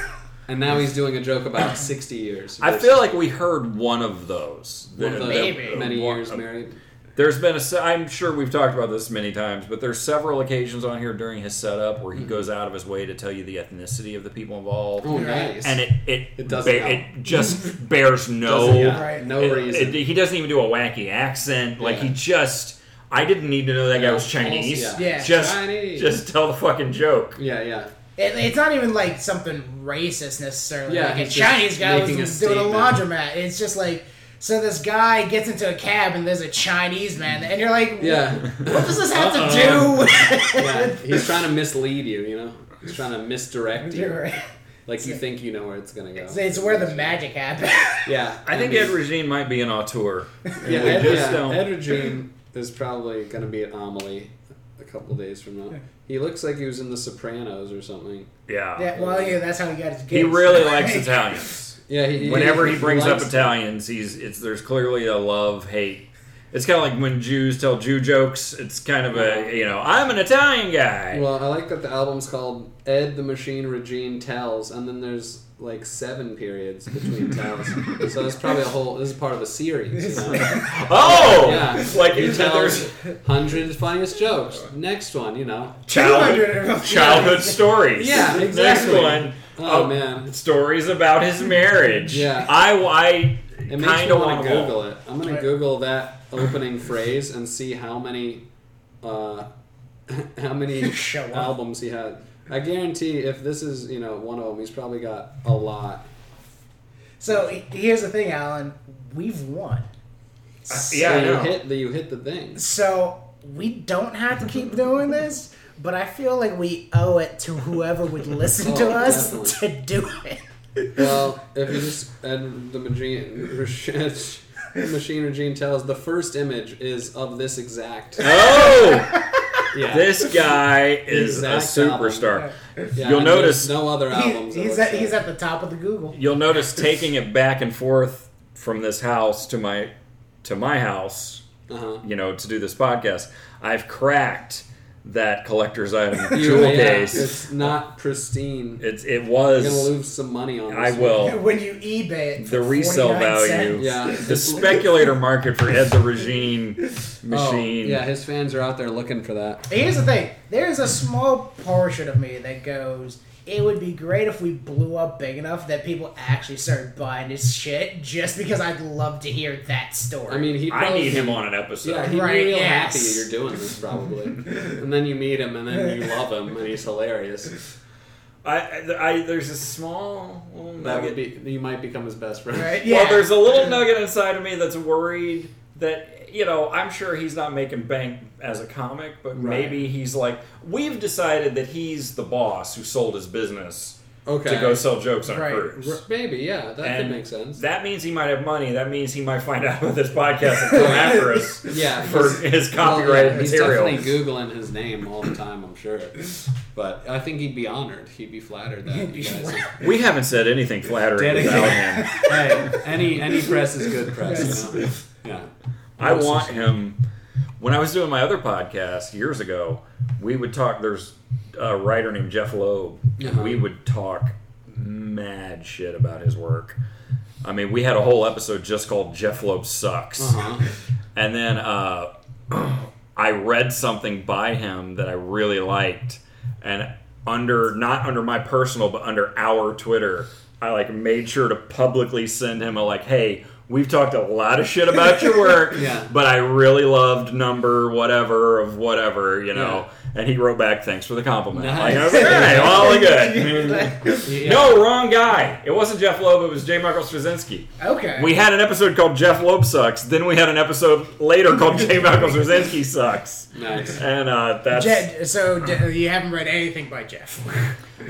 S2: and now he's doing a joke about 60 years.
S3: I feel like we heard one of those.
S2: One of
S3: The-
S2: the
S1: Maybe.
S3: the-
S2: many
S3: one-
S2: years married.
S3: There's been a. se- I'm sure we've talked about this many times, but there's several occasions on here during his setup where he goes out of his way to tell you the ethnicity of the people involved,
S2: Oh, nice.
S3: and it it
S2: It doesn't
S3: ba-
S2: help.
S3: it just bears no
S2: Doesn't- yeah,
S1: Right.
S2: No
S3: it-
S2: reason.
S3: it- he doesn't even do a wacky accent. Like he
S2: Yeah.
S3: just. I didn't need to know that guy was
S2: Yeah.
S3: Chinese.
S1: Yeah.
S3: Just
S2: Chinese.
S3: just tell the fucking joke.
S2: yeah, yeah.
S1: It, it's not even like something racist necessarily.
S2: Yeah,
S1: like a
S2: he's just
S1: Chinese guy was
S2: making a
S1: doing
S2: statement.
S1: a laundromat. It's just like so this guy gets into a cab and there's a Chinese man and you're like,
S2: Yeah.
S1: what does this have
S2: Uh-oh.
S1: to do?
S2: yeah. He's trying to mislead you, you know? He's trying to misdirect
S1: You're
S2: you.
S1: right.
S2: Like you think you know where it's going to go.
S1: It's, it's where the magic happens.
S2: Yeah.
S3: I think Ed Regine might be an auteur.
S2: Yeah,
S3: we
S2: Ed, yeah,
S3: just don't-
S2: Ed Regine is probably going to be at Amelie a couple days from now. He looks like he was in The Sopranos or something.
S3: Yeah.
S1: yeah, well, yeah, that's how he got his kids.
S3: He really likes Italians.
S2: Yeah, he,
S3: Whenever he brings up
S2: likes-
S3: Italians, he's it's there's clearly a love hate. It's kind of like when Jews tell Jew jokes. It's kind of a you know I'm an Italian guy.
S2: Well, I like that the album's called Ed the Machine Regine Tells, and then there's like seven periods between tells. so it's probably a whole. This is part of a series. You know?
S3: oh,
S2: Yeah,
S3: like
S2: he
S3: you said,
S2: tells
S3: there's
S2: hundred funniest jokes. Next one, you know.
S3: childhood
S1: 200.
S3: childhood stories.
S2: Yeah, exactly.
S3: Next one,
S2: Oh,
S3: uh,
S2: man,
S3: stories about his marriage.
S2: Yeah.
S3: I I
S2: it makes
S3: kind
S2: me
S3: of
S2: want
S3: want
S2: to Google it. I'm gonna
S1: Right.
S2: Google that opening phrase and see how many, uh, how many
S1: Show up.
S2: albums he had. I guarantee if this is you know one of them, he's probably got a lot.
S1: So he- here's the thing, Alan. We've won.
S3: yeah, I
S2: you
S3: know.
S2: hit the you hit the thing.
S1: So we don't have to keep doing this, but I feel like we owe it to whoever would listen to
S2: Oh,
S1: us
S2: definitely.
S1: to do it.
S2: Well, if you just and the machine, machine or gene tells the first image is of this exact.
S3: Oh,
S2: Yeah,
S3: this guy is a
S2: Exact album.
S3: superstar.
S2: Yeah,
S3: You'll
S2: and there's
S3: notice-
S2: no other
S1: He,
S2: albums. it
S1: he's
S2: looks
S1: at
S2: like.
S1: he's at the top of the Google.
S3: You'll notice taking it back and forth from this house to my to my house
S2: uh-huh.
S3: you know, to do this podcast, I've cracked that collector's item
S2: You-
S3: jewel
S2: yeah,
S3: case.
S2: It's not pristine.
S3: It's it
S2: You're gonna
S3: was.
S2: lose some money on.
S3: I
S2: this
S3: will.
S1: When you eBay it,
S3: Oh. The
S1: for
S3: resale
S1: 49
S3: value.
S1: cents.
S2: Yeah,
S3: The speculator market for Ed the Regine
S2: Oh,
S3: machine.
S2: yeah, his fans are out there looking for that.
S1: Here's the thing: there's a small portion of me that goes, "It would be great if we blew up big enough that people actually started buying this shit." Just because I'd love to hear that story.
S2: I mean, he.
S3: I
S2: probably-
S3: need him on an episode.
S2: Yeah, he'd be
S1: Right,
S2: real
S1: yes.
S2: happy you're doing this probably, and then you meet him, and then you love him, and he's hilarious.
S3: I, I, I there's a small little
S2: That would
S3: nugget.
S2: be you might become his best friend.
S1: right? Yeah.
S3: Well, there's a little nugget inside of me that's worried that you know I'm sure he's not making bank as a comic, but
S2: Right.
S3: maybe he's like we've decided that he's the boss who sold his business
S2: Okay.
S3: to go sell jokes on
S1: Right.
S3: a cruise.
S2: R- Maybe, yeah, that
S3: And
S2: could make sense.
S3: That means he might have money. That means he might find out about this podcast and come after us
S2: yeah,
S3: for
S2: he's-
S3: his
S2: well, yeah,
S3: copyrighted
S2: he's
S3: material.
S2: definitely googling his name all the time. I'm sure, but I think he'd be honored. He'd be flattered that you guys.
S3: We haven't said anything flattering about him.
S2: hey, any any press is good press. You know? Yeah.
S3: I want him. When I was doing my other podcast years ago, we would talk. There's a writer named Jeff Loeb.
S2: Uh-huh.
S3: We would talk mad shit about his work. I mean, we had a whole episode just called Jeff Loeb Sucks.
S2: Uh-huh.
S3: And then uh, I read something by him that I really liked, and under not under my personal, but under our Twitter, I like made sure to publicly send him a like, "Hey, we've talked a lot of shit about your work,
S2: Yeah.
S3: but I really loved number whatever of whatever, you know."
S2: Yeah.
S3: And he wrote back, "Thanks for the compliment."
S2: Nice.
S3: Like, okay, all good.
S2: Yeah.
S3: No, wrong guy. It wasn't Jeff Loeb. It was J. Michael Straczynski.
S1: okay.
S3: We had an episode called Jeff Loeb sucks. Then we had an episode later called J. Michael Straczynski sucks.
S2: Nice.
S3: And uh, that's
S1: Je- so Je- you haven't read anything by Jeff.
S3: Well,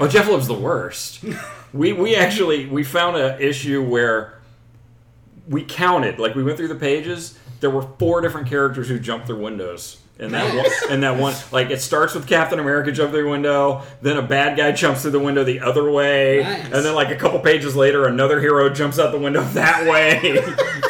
S3: Oh, Jeff Loeb's the worst. we we actually we found an issue where we counted, like we went through the pages. There were four different characters who jumped through windows. And that one, and that one, like it starts with Captain America jump through the window, then a bad guy jumps through the window the other way,
S2: Nice.
S3: and then like a couple pages later, another hero jumps out the window that way.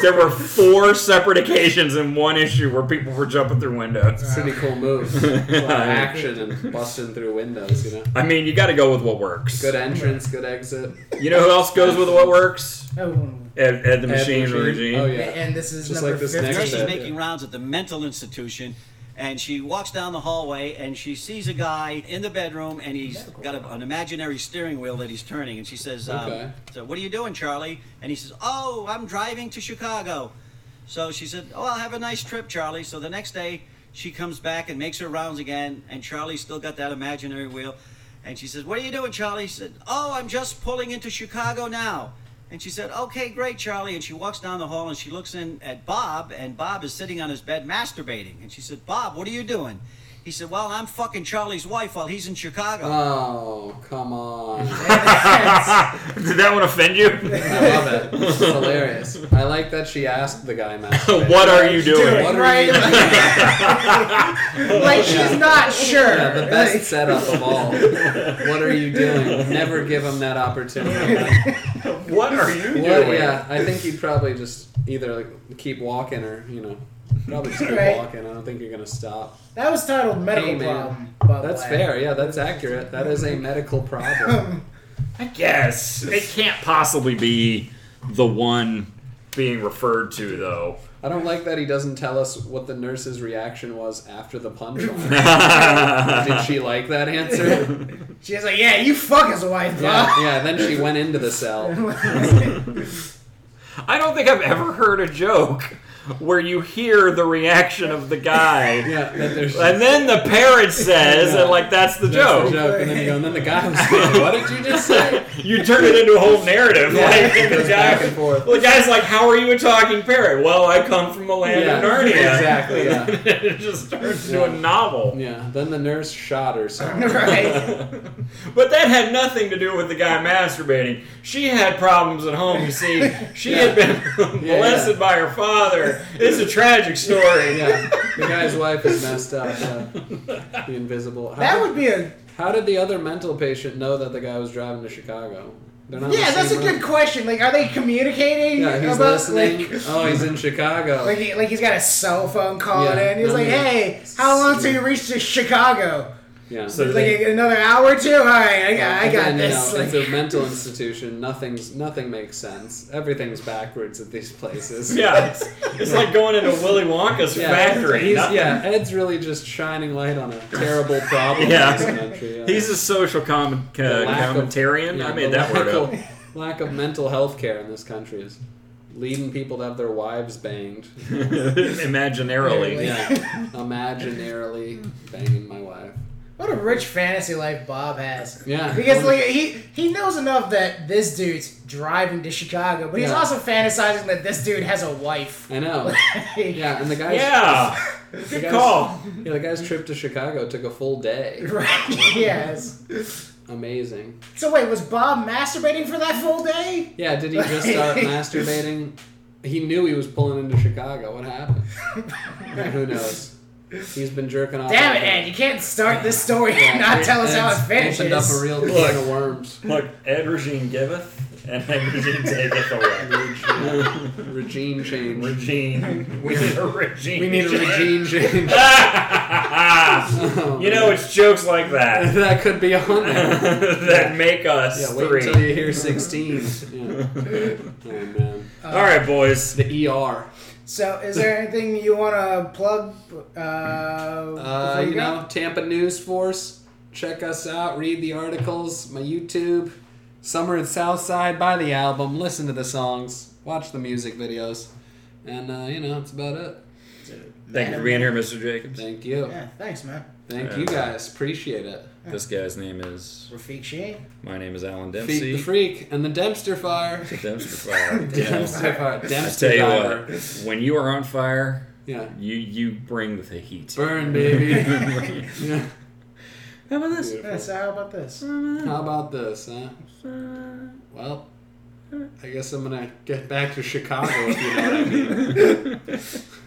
S3: there were four separate occasions in one issue where people were jumping through windows.
S2: Pretty cool move. A lot of action and busting through windows, you know.
S3: I mean, you got to go with what works.
S2: Good entrance, good exit.
S3: You know who else goes with what works?
S1: Oh,
S3: Ed, Ed the Machine,
S2: Machine.
S3: Regine.
S2: Oh, yeah.
S1: and this is
S2: Just
S1: number
S2: like this
S1: 15.
S2: next
S4: Nurse is
S2: Yeah.
S4: making rounds at the mental institution, and she walks down the hallway and she sees a guy in the bedroom, and he's got a, an imaginary steering wheel that he's turning. And she says, um,
S2: Okay.
S4: "So what are you doing, Charlie?" And he says, "Oh, I'm driving to Chicago." So she said, "Oh, I'll have a nice trip, Charlie." So the next day, she comes back and makes her rounds again, and Charlie's still got that imaginary wheel. And she says, "What are you doing, Charlie?" He said, "Oh, I'm just pulling into Chicago now." And she said, "Okay, great, Charlie." And she walks down the hall and she looks in at Bob, and Bob is sitting on his bed masturbating. And she said, "Bob, what are you doing?" He said, "Well, I'm fucking Charlie's wife while he's in Chicago."
S2: Oh, come on.
S3: Did that one offend you?
S2: I love it. It's hilarious. I like that she asked the guy masturbating.
S3: what are you doing?
S2: What are
S1: right?
S2: you doing?
S1: Like, like, she's not sure.
S2: Yeah, the best setup of all. What are you doing? Never give him that opportunity.
S3: What are you doing?
S2: What, yeah, I think he'd probably just either like, keep walking or you know, probably just keep
S1: Right.
S2: walking. I don't think you're gonna stop.
S1: That was titled medical
S2: Hey, man.
S1: problem. By the
S2: That's
S1: way.
S2: fair. Yeah, that's accurate. That is a medical problem.
S3: I guess it can't possibly be the one being referred to, though.
S2: I don't like that he doesn't tell us what the nurse's reaction was after the punchline. Did she like that answer?
S1: She's like, yeah, you fuck his wife,
S2: Yeah,
S1: Bob.
S2: yeah. Then she went into the cell.
S3: I don't think I've ever heard a joke where you hear the reaction of the guy,
S2: Yeah, that there's
S3: and then the parrot says,
S2: Yeah.
S3: and like that's the
S2: that's the
S3: joke.
S2: joke, and then you go, and then the guy was like, "What did you just say?"
S3: You turn it into a whole narrative.
S2: Yeah,
S3: like
S2: it goes
S3: the
S2: back and
S3: guy,
S2: forth.
S3: the guy's like, "How are you a talking parrot?" Well, I come from the land
S2: Yeah,
S3: of Narnia.
S2: exactly, yeah.
S3: it just turns into
S2: Yeah.
S3: a novel.
S2: Yeah, then the nurse shot herself.
S1: right.
S3: But that had nothing to do with the guy masturbating. She had problems at home, you see. She had been
S2: Yeah,
S3: molested
S2: yeah.
S3: by her father. It's a tragic story.
S2: Yeah, the guy's wife is messed up. So the invisible. How
S1: That
S2: did,
S1: would be a
S2: how did the other mental patient know that the guy was driving to Chicago? They're not in the
S1: yeah. That's a
S2: same room.
S1: good question. Like, are they communicating?
S2: Yeah, he's
S1: about,
S2: listening.
S1: Like,
S2: oh, he's in Chicago.
S1: like, he, like he's got a cell phone calling
S2: Yeah,
S1: in. He's
S2: no,
S1: like,
S2: no.
S1: hey, how long till you reach to Chicago?
S2: yeah.
S3: So
S1: Like
S3: they-
S1: another hour or two. All right, I got, I
S2: And
S1: got
S2: then, you
S1: this.
S2: know,
S1: Like,
S2: it's a mental institution. Nothing's nothing makes sense. Everything's backwards at these places.
S3: yeah, it's, it's like going into Willy Wonka's
S2: Yeah,
S3: factory.
S2: He's,
S3: Nothing-
S2: yeah, Ed's really just shining light on a terrible problem
S3: Yeah.
S2: in this country. yeah.
S3: He's a social com- uh,
S2: The lack of-
S3: commentarian.
S2: yeah,
S3: I made
S2: the
S3: that word
S2: lack
S3: up.
S2: Of, lack of mental health care in this country is leading people to have their wives banged.
S3: Imaginarily.
S1: Yeah.
S2: Yeah, imaginarily banging my wife.
S1: what a rich fantasy life Bob has.
S2: Yeah.
S1: Because like he he knows enough that this dude's driving to Chicago, but he's
S2: Yeah.
S1: also fantasizing that this dude has a wife.
S2: I know. Yeah, and the guy's
S3: Yeah.
S2: the
S3: Good
S2: guy's-
S3: call.
S2: Yeah, the guy's trip to Chicago took a full day.
S1: Right. Yes.
S2: Amazing.
S1: So wait, was Bob masturbating for that full day?
S2: Yeah, did he just start masturbating? He knew he was pulling into Chicago. What happened? Who knows? He's been jerking off.
S1: Damn it, Ed! You can't start this story and not tell us how it
S2: Ed's Opened up a
S1: finishes.
S2: real
S3: Look.
S2: can of worms.
S3: Look, Ed Regine giveth, and Ed Regine taketh away.
S2: Regine change.
S3: Regine. We need a Regine.
S2: We need a Regine change.
S3: you know, it's jokes like that
S2: Um, that could be on there.
S3: that make us
S2: Yeah, wait
S3: three.
S2: until you hear 16. Yeah. Oh, man.
S3: All right, boys.
S2: The ER.
S1: Uh, So, is there anything you want to plug? Uh,
S2: Uh,
S1: before
S2: you
S1: go?
S2: know, Tampa News Force. Check us out. Read the articles. My YouTube. Summer at Southside. Buy the album. Listen to the songs. Watch the music videos. And, uh, you know, that's about it.
S3: Thank you for being here, Mr. Jacobs.
S2: Thank you.
S1: Yeah, thanks, man.
S2: Thank you guys. Appreciate it.
S3: This guy's name is.
S1: Rafik Shane.
S3: My name is Alan
S2: Feed
S3: Dempsey.
S2: the freak and the Dempster fire.
S3: Dempster Fire. Damn.
S2: Dempster fire.
S3: I
S2: Dempster
S3: tell you
S2: fire.
S3: what, when you are on fire,
S2: Yeah.
S3: you you bring the heat.
S2: Burn, baby.
S3: How
S2: yeah.
S3: about this?
S1: Yeah, so how about this?
S2: How about this, huh? Well, I guess I'm gonna get back to Chicago if you know what I mean.